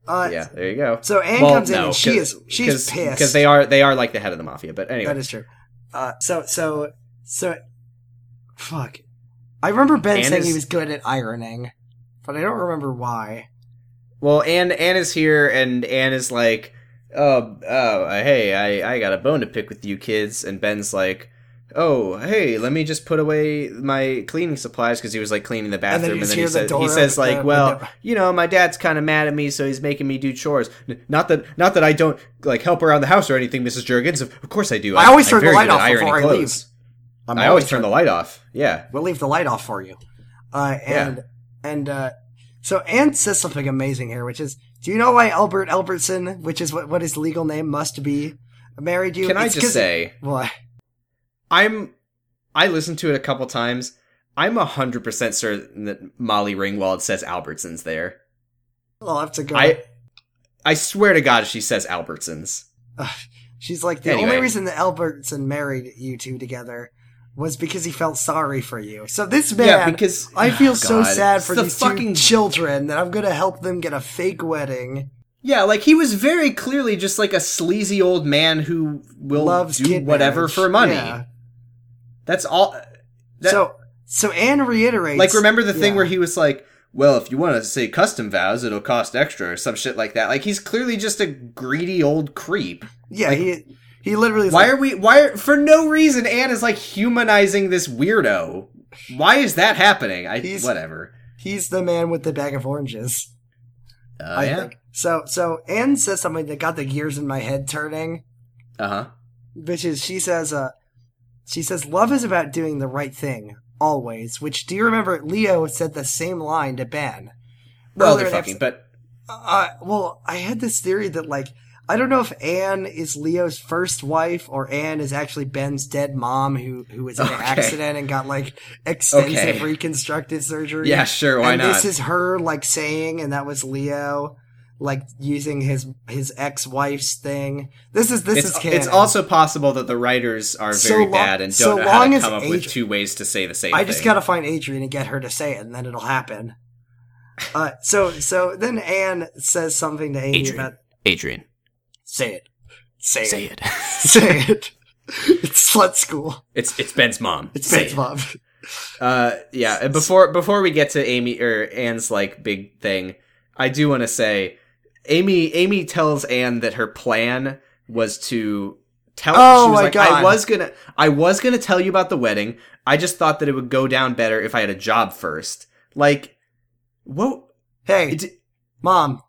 Uh, yeah, there you go. So Anne Well, comes in no, and she cause- is she's cause, pissed because they are they are like the head of the mafia. But anyway, That is true. Uh, so so so, fuck. I remember Ben Anne saying he is- was good at ironing, but I don't remember why. Well, Anne Anne is here, and Anne is like, "Oh, oh, hey, I I got a bone to pick with you kids." And Ben's like, "Oh, hey, let me just put away my cleaning supplies because he was like cleaning the And then bathroom." And you just then, hear he, the says, door he says open- like, the "Well, window." you know, my dad's kind of mad at me, so he's making me do chores. N- Not that not that I don't like help around the house or anything, Mrs. Jurgens. Of, of course I do. I I'm- always I'm turn the very light good at off before ironing I leave. clothes. I'm I always turn the light off. Yeah, We'll leave the light off for you. Uh, Yeah. and and uh, so Anne says something amazing here, which is, do you know why Albert Albertson, which is what what his legal name must be, married you? can I It's just 'cause- say? What? I'm I listened to it a couple times. I'm hundred percent certain that Molly Ringwald says Albertsons there. I'll have to go. I I swear to God, she says Albertsons. She's like, the Anyway. only reason that Albertson married you two together was because he felt sorry for you. So this man, yeah, because I feel Oh, so God. sad It's for the these fucking. two children that I'm gonna help them get a fake wedding. yeah, like he was very clearly just like a sleazy old man who will Loves do kid whatever marriage. for money. Yeah. That's all. That, so so Anne reiterates, like remember the thing yeah. where he was like well if you want to say custom vows it'll cost extra or some shit like that like he's clearly just a greedy old creep yeah he he literally is why like, are we why are, for no reason Anne is like humanizing this weirdo. Why is that happening? I He's- whatever. he's the man with the bag of oranges. Uh, I yeah. think so. So Anne says something that got the gears in my head turning. Uh-huh. which is she says uh she says love is about doing the right thing always which do you remember leo said the same line to ben Well, Earlier they're in the fucking episode- but uh, well i had this theory that like i don't know if anne is leo's first wife or anne is actually ben's dead mom who who was in an Okay. accident and got like extensive Okay. reconstructive surgery yeah, sure, why and not? this is her like saying and that was leo like using his his ex-wife's thing this is this it's, is it's canon. also possible that the writers are So very long- bad and don't so know how long to as come up with Adri- two ways to say the same I thing. just gotta find Adrian and get her to say it, and then it'll happen. Uh, so so then Anne says something to Amy Adrian. about Adrian, say it, say, say it, it. say it. it's slut school. It's it's Ben's mom. It's Say Ben's it. mom. Uh, yeah. And before before we get to Amy or Anne's like big thing, I do want to say, Amy Amy tells Anne that her plan was to tell. Oh she was my like, I God. was gonna I was gonna tell you about the wedding. I just thought that it would go down better if I had a job first. Like, what? Hey, It- mom,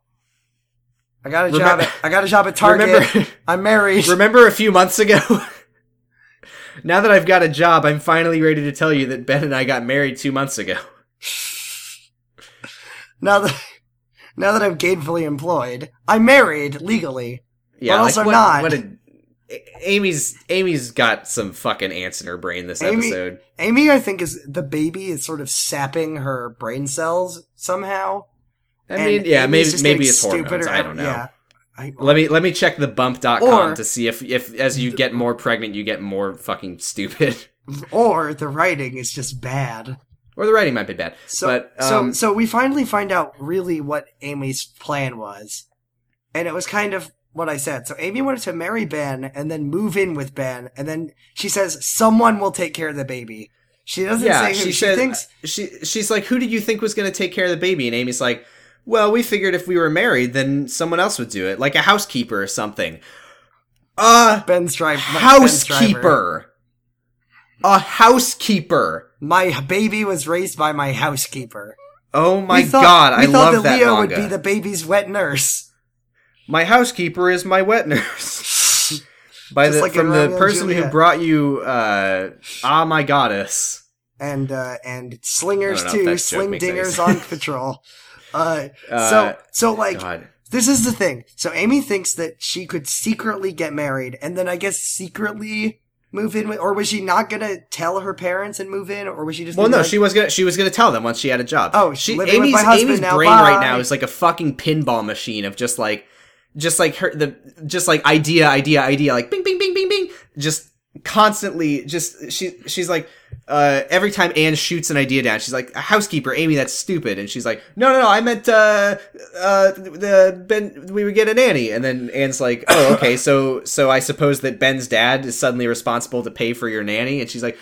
I got a job. Remember- At, I got a job at Target. Remember- I'm married. Remember a few months ago? now that I've got a job, I'm finally ready to tell you that Ben and I got married two months ago. now that now that I'm gainfully employed, I'm married legally. Yeah, But like, also what- not. What a, A- Amy's Amy's got some fucking ants in her brain this Amy- episode. Amy, I think, is the baby is sort of sapping her brain cells somehow. I and mean, yeah, maybe Amy's just maybe getting it's hormones. stupider I ev- don't know. Yeah. I, Let me let me check the bump.com Or- to see if if as you get more pregnant you get more fucking stupid. or the writing is just bad. or the writing might be bad. So, but um, so, so we finally find out really what Amy's plan was, and it was kind of what I said. So Amy wanted to marry Ben and then move in with Ben, and then she says someone will take care of the baby. She doesn't yeah, say who she, she, said, thinks. she she's like, who did you think was going to take care of the baby? And Amy's like, well, we figured if we were married, then someone else would do it, like a housekeeper or something. Uh Ben's drive Ben's driver. housekeeper, a housekeeper. My baby was raised by my housekeeper. Oh my We thought- god, I we thought love that that Leo manga. would be the baby's wet nurse. my housekeeper is my wet nurse. By Just the, like in from Romeo the and person who Juliet. brought you, uh, ah, my goddess. and uh, and slingers I don't know if too, that joke sling makes any dingers sense. on patrol. Uh, Uh, so so like God. this is the thing. So Amy thinks that she could secretly get married, and then I guess secretly move in with, or was she not gonna tell her parents and move in, or was she just? Well, gonna be no, like- she was gonna she was gonna tell them once she had a job. Oh, she living with Amy's my husband Amy's now, brain right bye. now is like a fucking pinball machine of just like, just like her the just like idea idea idea like bing bing bing bing bing just constantly just she she's like uh every time Anne shoots an idea down she's like a housekeeper Amy that's stupid and she's like no no no I meant uh uh the Ben we would get a nanny and then Anne's like oh okay so so I suppose that Ben's dad is suddenly responsible to pay for your nanny and she's like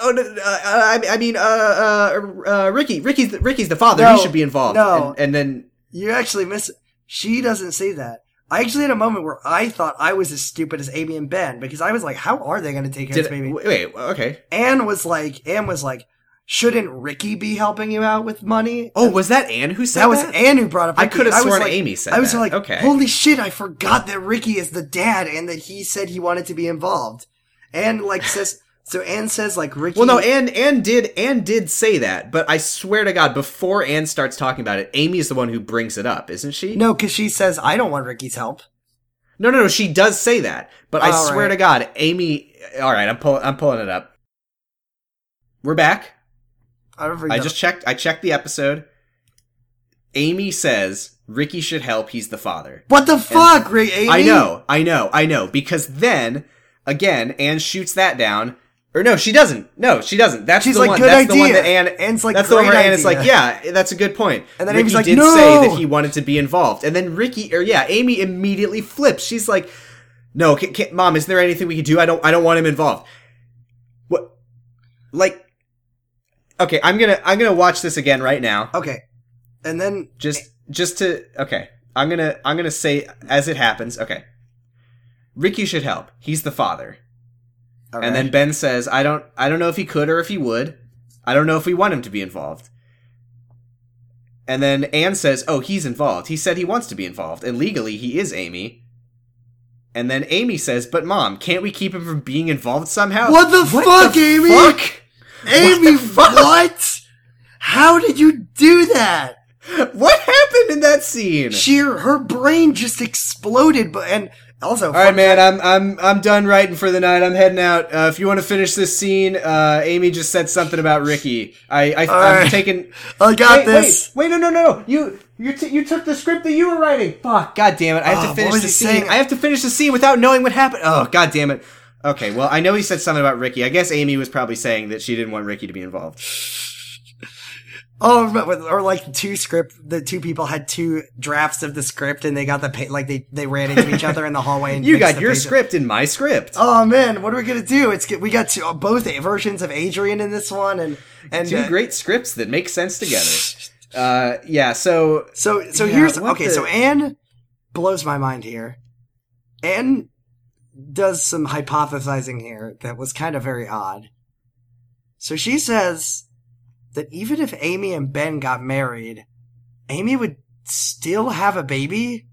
oh no, uh, I, I mean uh, uh uh Ricky Ricky's the, Ricky's the father No, he should be involved no. and, and then You actually miss. She doesn't say that. I actually had a moment where I thought I was as stupid as Amy and Ben because I was like, "How are they going to take care did of this baby?" wait okay Anne was like, "Anne was like, shouldn't Ricky be helping you out with money?" oh was that Anne who said That was Anne who brought up. I Ricky, could have and was sworn like- Amy said I was that. like, Okay. holy shit! I forgot that Ricky is the dad, and that he said he wanted to be involved. And like says, so Anne says like Ricky. Well, no, Anne Anne did Anne did say that, but I swear to God, before Anne starts talking about it, Amy is the one who brings it up, isn't she? no, because she says I don't want Ricky's help. no, no, no, she does say that, but I All swear right. to God, Amy. All right, I'm pulling I'm pulling it up. We're back. I don't. I forget. just checked. I checked the episode. Amy says Ricky should help. He's the father. what the fuck, Rick? Amy? I know, I know, I know. Because then again, Anne shoots that down. Or no, she doesn't. No, she doesn't. That's She's the like, one. good That's the one idea. that Anne. Anne's like, that's the one great where Anne is idea. like, yeah, that's a good point. And then Ricky Amy's like, did "No!" say that he wanted to be involved, and then Ricky, or yeah, Amy immediately flips. She's like, no, can, can, mom, is there anything we could do? I don't, I don't want him involved. What, like, okay, I'm gonna, I'm gonna watch this again right now Okay, and then just just to okay i'm gonna i'm gonna say as it happens okay ricky should help he's the father and then ben says i don't i don't know if he could or if he would i don't know if we want him to be involved and then anne says oh he's involved he said he wants to be involved and legally he is amy and then amy says but mom can't we keep him from being involved somehow what the fuck, Amy? fuck Amy, what? How did you do that? what happened in that scene She, her brain just exploded, but and also, All right, man. I'm I'm I'm done writing for the night. I'm heading out. Uh, if you want to finish this scene, uh, Amy just said something about Ricky. I, I I'm right. taking. I got wait, this. Wait, wait, no, no, no, no. You you t- you took the script that you were writing. Fuck, god damn it. I have Oh, to what finish was the he scene. saying? I have to finish the scene without knowing what happened. Oh, god damn it. Okay, well, I know he said something about Ricky. I guess Amy was probably saying that she didn't want Ricky to be involved. Oh, remember- or like two script. The two people had two drafts of the script, and they got the pa- like they they ran into each other in the hallway. And You mixed got the your pages. script in my script. Oh man, what are we gonna do? It's get- we got two, uh, both versions of Adrian in this one, and and Two uh, great scripts that make sense together. Uh, yeah, so So so Yeah, here's what okay. the- So Anne blows my mind here. Anne does some hypothesizing here that was kind of very odd. So she says that even if Amy and Ben got married, Amy would still have a baby.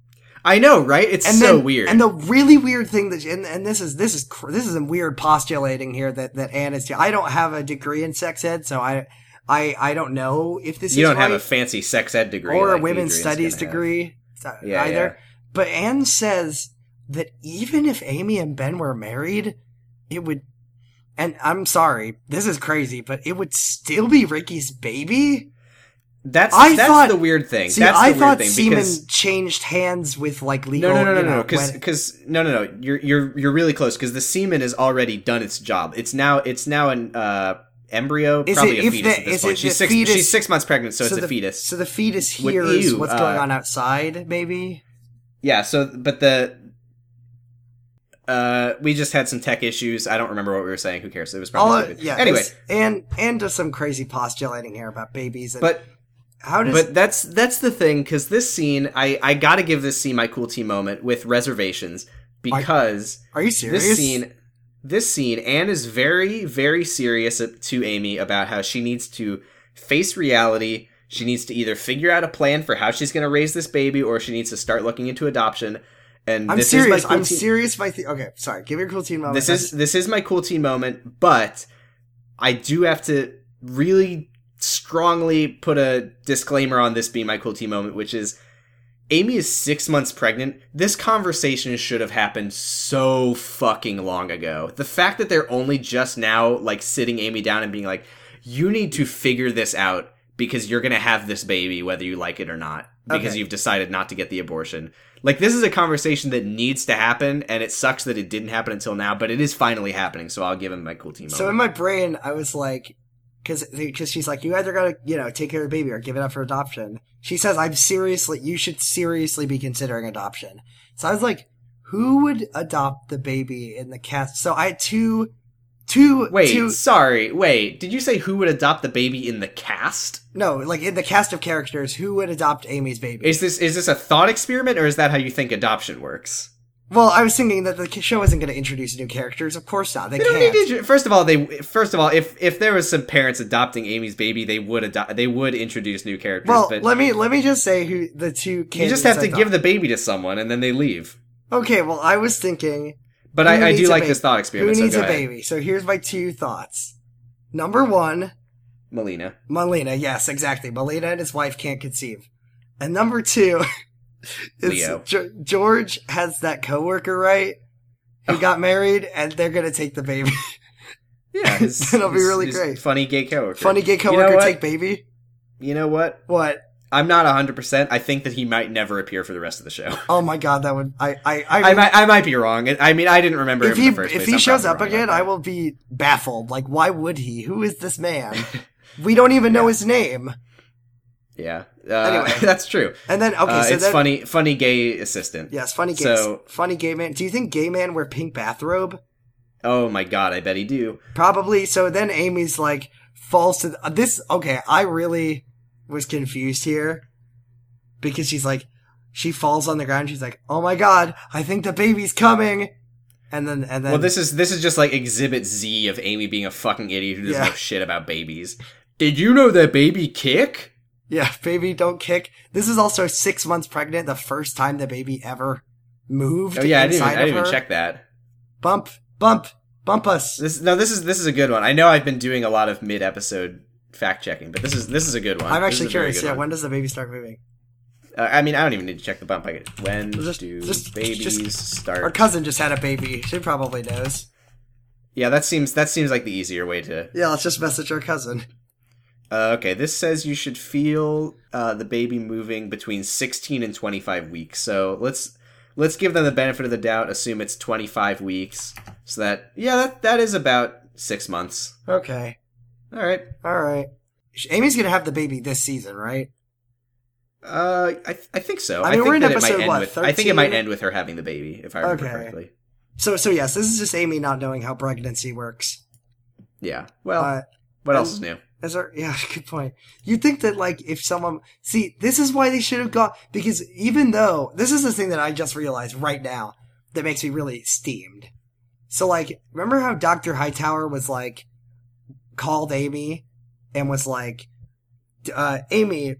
I know, right? It's And so then- weird. And the really weird thing that and, and this is this is cr- this is some weird postulating here that that Anne is. I don't have a degree in sex ed, so I I I don't know if this you is don't have right a fancy sex ed degree or like a women's Adrian's studies gonna have. degree uh, Yeah, either. But Anne says that even if Amy and Ben were married, it would. And I'm sorry, this is crazy, but it would still be Ricky's baby. That's I that's thought- the weird thing. See, that's the I weird thought thing semen because changed hands with like legal. no, no, no, no, you know, no, because when- no, no, no. You're you're you're really close because the semen has already done its job. It's now it's now an uh, embryo, Is probably it a if fetus the- at is this it point. She's the six. fetus- She's six months pregnant, so, it's the a fetus. So the fetus With hears you, what's going uh, on outside, maybe. yeah. So, but the uh, we just had some tech issues. I don't remember what we were saying. Who cares? It was All probably stupid. yeah. Anyway, it's- and and does some crazy postulating here about babies. And but how does but that's that's the thing because this scene, I I gotta give this scene my cool team moment with reservations because. are you serious? This scene, this scene, Anne is very, very serious to Amy about how she needs to face reality. She needs to either figure out a plan for how she's going to raise this baby, or she needs to start looking into adoption. And I'm this serious. is my cool I'm teen- serious. My the- okay. Sorry. Give your cool teen moment. This is this is my cool teen moment, but I do have to really strongly put a disclaimer on this being my cool teen moment, which is Amy is six months pregnant. This conversation should have happened so fucking long ago. The fact that they're only just now like sitting Amy down and being like, "You need to figure this out because you're gonna have this baby whether you like it or not because Okay. you've decided not to get the abortion." Like this is a conversation that needs to happen, and it sucks that it didn't happen until now, but it is finally happening. So I'll give him my cool team. so in my brain, I was like, because because she's like, you either gotta you know take care of the baby or give it up for adoption. She says, I'm seriously, you should seriously be considering adoption. So I was like, who would adopt the baby in the cast? So I had two, two, wait, two- sorry, wait. Did you say who would adopt the baby in the cast? no, like in the cast of characters, who would adopt Amy's baby? Is this is this a thought experiment or is that how you think adoption works? well, I was thinking that the show isn't going to introduce new characters. Of course not. They, They can't. don't need to. intro- First of all, they first of all, if if there was some parents adopting Amy's baby, they would adopt. They would introduce new characters. well, but let me let me just say who the two. you just candidates have I to thought- give the baby to someone and then they leave. Okay, well, I was thinking But Who I, I do needs a like baby? this thought experiment. Who needs so a go ahead. baby? So here's my two thoughts. Number one, Melina. Molina. Yes, exactly. Molina and his wife can't conceive. And number two, is Leo. Ge- George has that coworker right who got married, and they're gonna take the baby. Yeah, his- That'll be his- really his great. Funny gay coworker. Funny gay You know coworker what? take baby. You know what? What? I'm not 100. percent I think that he might never appear for the rest of the show. Oh my god, that would I I I. I might, I might be wrong. I mean, I didn't remember if him he in the first if place. he I'm shows up probably wrong about again, that. I will be baffled. Like, why would he? Who is this man? we don't even know his name. Yeah. Uh, Anyway. that's true. And then okay, Uh, so it's then, funny, funny gay assistant. Yes, funny gay. So- funny gay man. Do you think gay man wear pink bathrobe? Oh my god, I bet he do. Probably. So then Amy's like falls to th- uh, this. Okay, I really was confused here because she's like, she falls on the ground. She's like, oh my god, I think the baby's coming. And then and then Well, this is this is just like Exhibit Z of Amy being a fucking idiot who doesn't Yeah. know shit about babies. Did you know that baby kick? yeah, baby don't kick. This is also six months pregnant. The first time the baby ever moved. Oh yeah, I didn't, even, inside I didn't of even her. check that. Bump, bump, bump us. This no, this is this is a good one. I know I've been doing a lot of mid episode fact checking, but this is this is a good one. I'm This actually is a very curious. good Yeah, one. when does the baby start moving? Uh, I mean, I don't even need to check the bump. I get when Just- do just- babies just- Our start? cousin just had a baby. She probably knows. yeah, that seems that seems like the easier way to. Yeah, let's just message our cousin. Uh, okay, this says you should feel uh, the baby moving between 16 and 25 weeks. So let's let's give them the benefit of the doubt. Assume it's 25 weeks. So that yeah, that that is about six months. Okay. All right. All right. Amy's gonna have the baby this season, right? Uh, I, th- I think so. I mean, think we're in that it might episode, end what, with, I think it might 13? end with her having the baby, if I remember Okay. correctly. So, so yes, this is just Amy not knowing how pregnancy works. Yeah. Well, Uh, what else is new? As our, yeah, good point. You'd think that like if someone see this is why they should have gone because even though this is the thing that I just realized right now that makes me really steamed. So like, remember how Doctor Hightower was like called Amy and was like, d- uh, "Amy,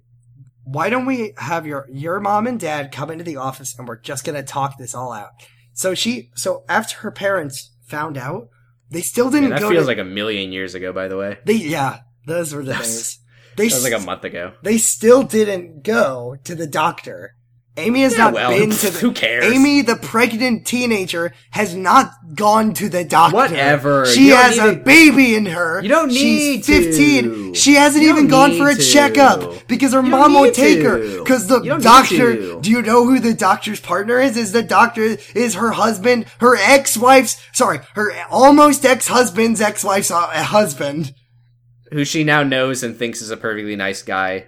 why don't we have your your mom and dad come into the office and we're just gonna talk this all out?" So she so after her parents found out, they still Yeah, didn't that go. feels to, like a million years ago, by the way. they yeah, those were the That was- days. They That was like a s- month ago. they still didn't go to the doctor. Amy has Yeah, not well, been to the who cares? Amy, the pregnant teenager, has not gone to the doctor. Whatever. She You don't has a need to- baby in her. You don't need She's fifteen. to. She hasn't You even don't gone need for a to. checkup because her You don't mom won't need take to. her. Because the You don't need doctor. to. Do you know who the doctor's partner is? Is the doctor is her husband, her ex-wife's. Sorry, her almost ex-husband's ex-wife's uh, husband. Who she now knows and thinks is a perfectly nice guy.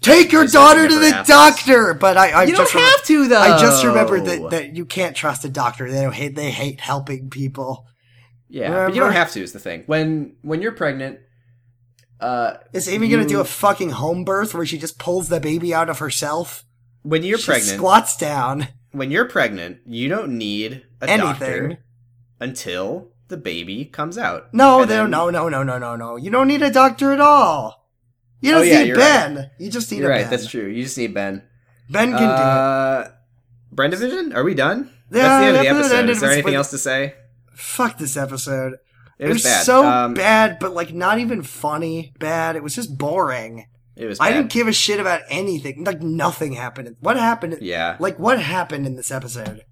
Take your Just daughter like to never the happens. doctor. But I, I You just don't remem- have to, though. I just remembered that, that you can't trust a doctor. They don't hate. They hate helping people. Yeah, but you don't Remember- have to. Is the thing when when you're pregnant, uh, Is Amy gonna You- do a fucking home birth where she just pulls the baby out of herself? when you're she pregnant, squats down. when you're pregnant, you don't need a Anything. doctor until the baby comes out. No, And they then- don't. No, no, no, no, no, no. You don't need a doctor at all. You Oh, don't yeah, need you're Ben. You just need You're a right. Ben. That's true. You just need Ben. Ben can do Uh, Brenda Vision, are we done? That's Yeah, the end of the the episode episode. ended Is there with- anything with- else to say? it. Fuck this episode. It was bad. so Um, bad, but like not even funny. Bad. It was just boring. It was. Bad. I didn't give a shit about anything. Like nothing happened. What happened? Yeah. Like what happened in this episode?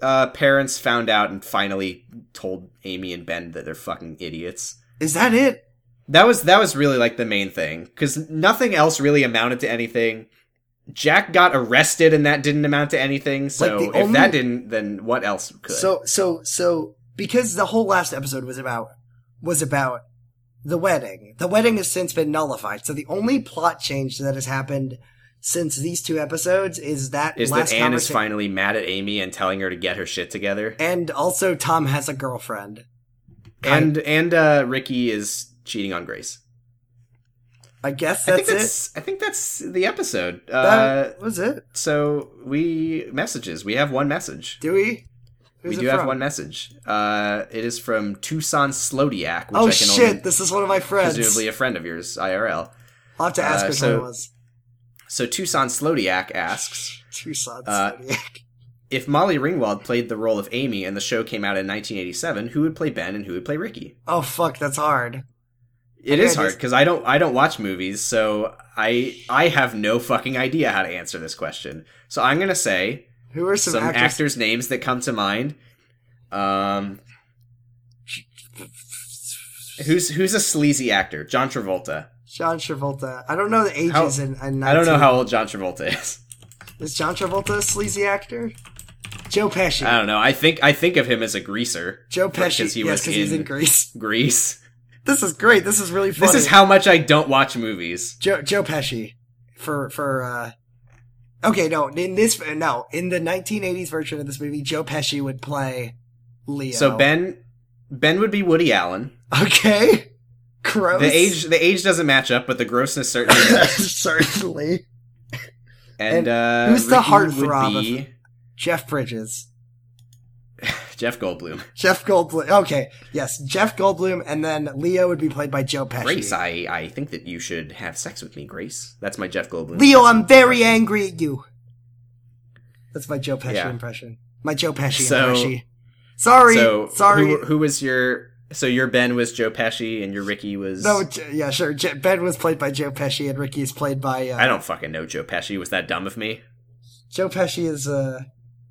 Uh, parents found out and finally told Amy and Ben that they're fucking idiots. Is that it? That was that was really like the main thing because nothing else really amounted to anything. Jack got arrested and that didn't amount to anything. So the if only- that didn't, then what else could? So so so because the whole last episode was about was about the wedding. The wedding has since been nullified. So the only plot change that has happened since these two episodes is that is last that Anne is conversa- finally mad at Amy and telling her to get her shit together, And also Tom has a girlfriend. and and uh, Ricky is cheating on Grace. I guess I think that's, that's I think that's the episode. it. Uh, that was it. so we messages. We have one message. Do we? we Who's it do have from? one message. Uh, it is from Tucson Slodiak, which Oh I can shit! only this is one of my friends. presumably a friend of yours, IRL. I'll have to ask uh, her which so- one it was. So Tucson Slodiak asks Tucson uh, Zodiac. if Molly Ringwald played the role of Amy and the show came out in 1987, who would play Ben and who would play Ricky? Oh fuck, that's hard. It Okay, is I hard just- because I don't I don't watch movies, so I I have no fucking idea how to answer this question. So I'm gonna say Who are some, some, actors? actors' names that come to mind. Um, who's who's a sleazy actor? John Travolta. John Travolta. I don't know the ages How- and, and I don't know 19. how old John Travolta is. Is John Travolta a sleazy actor? Joe Pesci. I don't know. I think I think of him as a greaser. Joe Pesci. Uh, because he yes, was because he's in- in Greece. Grease. This is great. This is really funny. This is how much I don't watch movies. Joe Joe Pesci for for uh. Okay, no. In this no, in the 1980s version of this movie, Joe Pesci would play Leo. So Ben Ben would be Woody Allen. Okay. Gross. The age the age doesn't match up, but the grossness certainly does. Certainly. And, uh, who's the Ricky heartthrob would be Jeff Bridges. Jeff Goldblum. Jeff Goldblum. Okay, yes, Jeff Goldblum, and then Leo would be played by Joe Pesci. Grace, I I think that you should have sex with me, Grace. That's my Jeff Goldblum. Leo, I'm very angry at you. That's my Joe Pesci Yeah. impression. My Joe Pesci So- impression. Sorry, So sorry. Who, who was your? So your Ben was Joe Pesci, and your Ricky was. no, J- yeah, sure. J- Ben was played by Joe Pesci, and Ricky is played by uh, I don't fucking know Joe Pesci. Was that dumb of me? Joe Pesci. Is uh,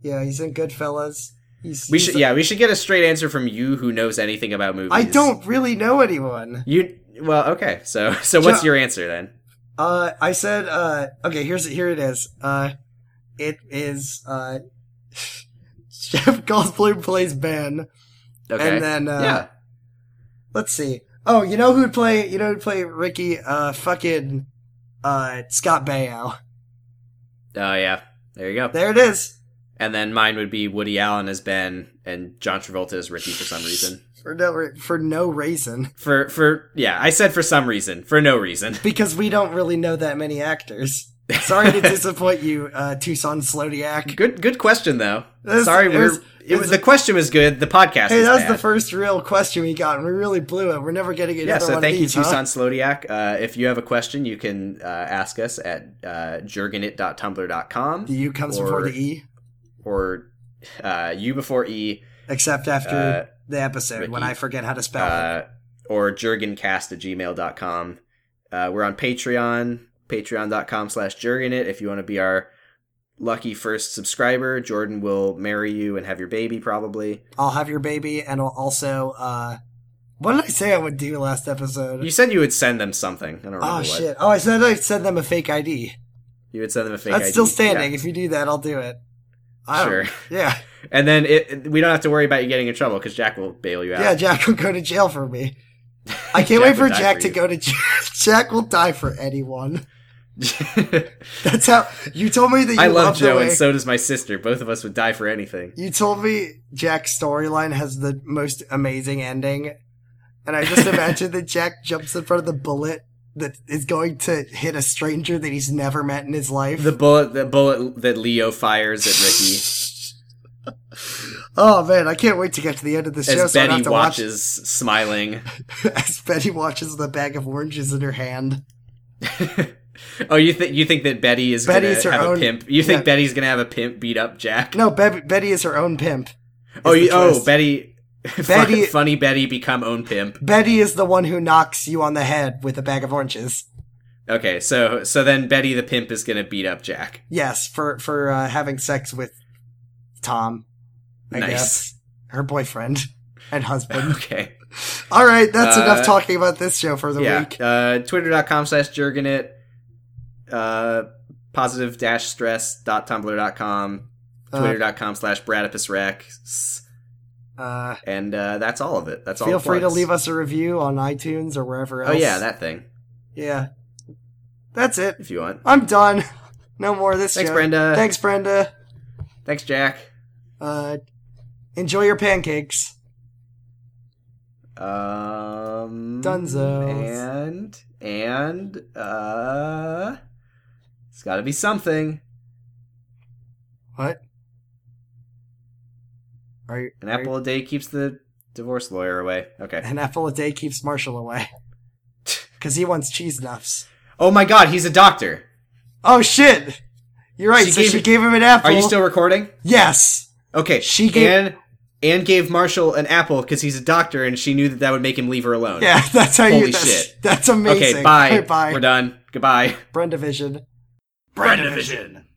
yeah, he's in Goodfellas. He's, We he's- should, yeah, we should get a straight answer from you who knows anything about movies. I don't really know anyone. You well, okay. So, so what's Joe- your answer then? Uh, I said, uh, okay, here's, here it is. Uh, it is, uh, Jeff Goldblum plays Ben. Okay. And then, uh, yeah, let's see. Oh, you know who'd play? You know who'd play Ricky? Uh, fucking uh, Scott Baio. Oh yeah, there you go. There it is. And then mine would be Woody Allen as Ben and John Travolta as Ricky for some reason. For no re- for no reason For for yeah, I said for some reason, for no reason. because we don't really know that many actors. Sorry to disappoint you, uh, Tucson Slodiak. Good good question though. That's- Sorry, it we're was- it it was, was the a- question was good. The podcast Hey, was that was bad. the first real question we got, and we really blew it. We're never getting another yeah, so one thank of these, you, huh? Tucson Slodiak. Uh, if you have a question, you can uh, ask us at uh, jurgenit.tumblr.com. The U comes before Or- the E, or uh, U before E, except after uh, the episode when Ricky. I forget how to spell it. uh, or jurgencast at gmail.com. Uh, we're on Patreon, patreon.com slash jurgenit. If you want to be our lucky first subscriber, Jordan will marry you and have your baby probably. I'll have your baby, and I'll also. Uh, what did I say I would do last episode? You said you would send them something. I don't remember oh what. shit! Oh, I said I'd send them a fake ID. You would send them a fake That's ID. still standing. Yeah. If you do that, I'll do it. I Sure. don't, yeah, And then it, it- we don't have to worry about you getting in trouble because Jack will bail you out. yeah. Jack will go to jail for me. I can't wait Jack for would die Jack for to you. go to jail. Jack will die for anyone. That's how you told me that you I love loved the Joe way- and so does my sister. Both of us would die for anything. You told me Jack's storyline has the most amazing ending, and I just imagine that Jack jumps in front of the bullet that is going to hit a stranger that he's never met in his life. The bullet, the bullet that Leo fires at Ricky. oh man, I can't wait to get to the end of the show. as so I don't Betty have to watches, smiling. watch, as Betty watches the bag of oranges in her hand. oh, you think you think that Betty is Betty's her gonna have own- a pimp? You think yeah. Betty's gonna have a pimp beat up Jack? No, Be- Betty is her own pimp. oh, the you, oh, twist. Betty, Betty- Betty, funny Betty become own pimp. Betty is the one who knocks you on the head with a bag of oranges. Okay, so so then Betty the pimp is gonna beat up Jack. Yes, for for uh, having sex with Tom. I Nice. guess her boyfriend and husband. Okay, All right, that's enough Uh, talking about this show for the yeah. week. Uh, Twitter.com slash Jurgenit. Uh, positive dash stress dot tumblr dot com. Uh, Twitter.com slash Bradipus Rex. Uh, And uh, that's all of it. That's all. feel the free to plugs. leave us a review on iTunes or wherever Oh else. yeah, that thing. yeah. That's it. If you want. I'm done. No more of this. Thanks, show. Brenda. Thanks, Brenda. Thanks, Jack. Uh, enjoy your pancakes. Um, Dunzos. And and uh, it's got to be something. What? Are you An are you- apple a day keeps the divorce lawyer away. Okay. An apple a day keeps Marshall away. Because he wants cheese nuffs. Oh my God, he's a doctor. Oh shit! You're right, She so gave she it- gave him an apple. Are you still recording? Yes! Okay. She gave- Anne, Anne gave Marshall an apple because he's a doctor, and she knew that that would make him leave her alone. Yeah, that's how you. Holy That's, shit. that's amazing. Okay. Bye. Bye. We're done. Goodbye. Brendavision. Brandivision.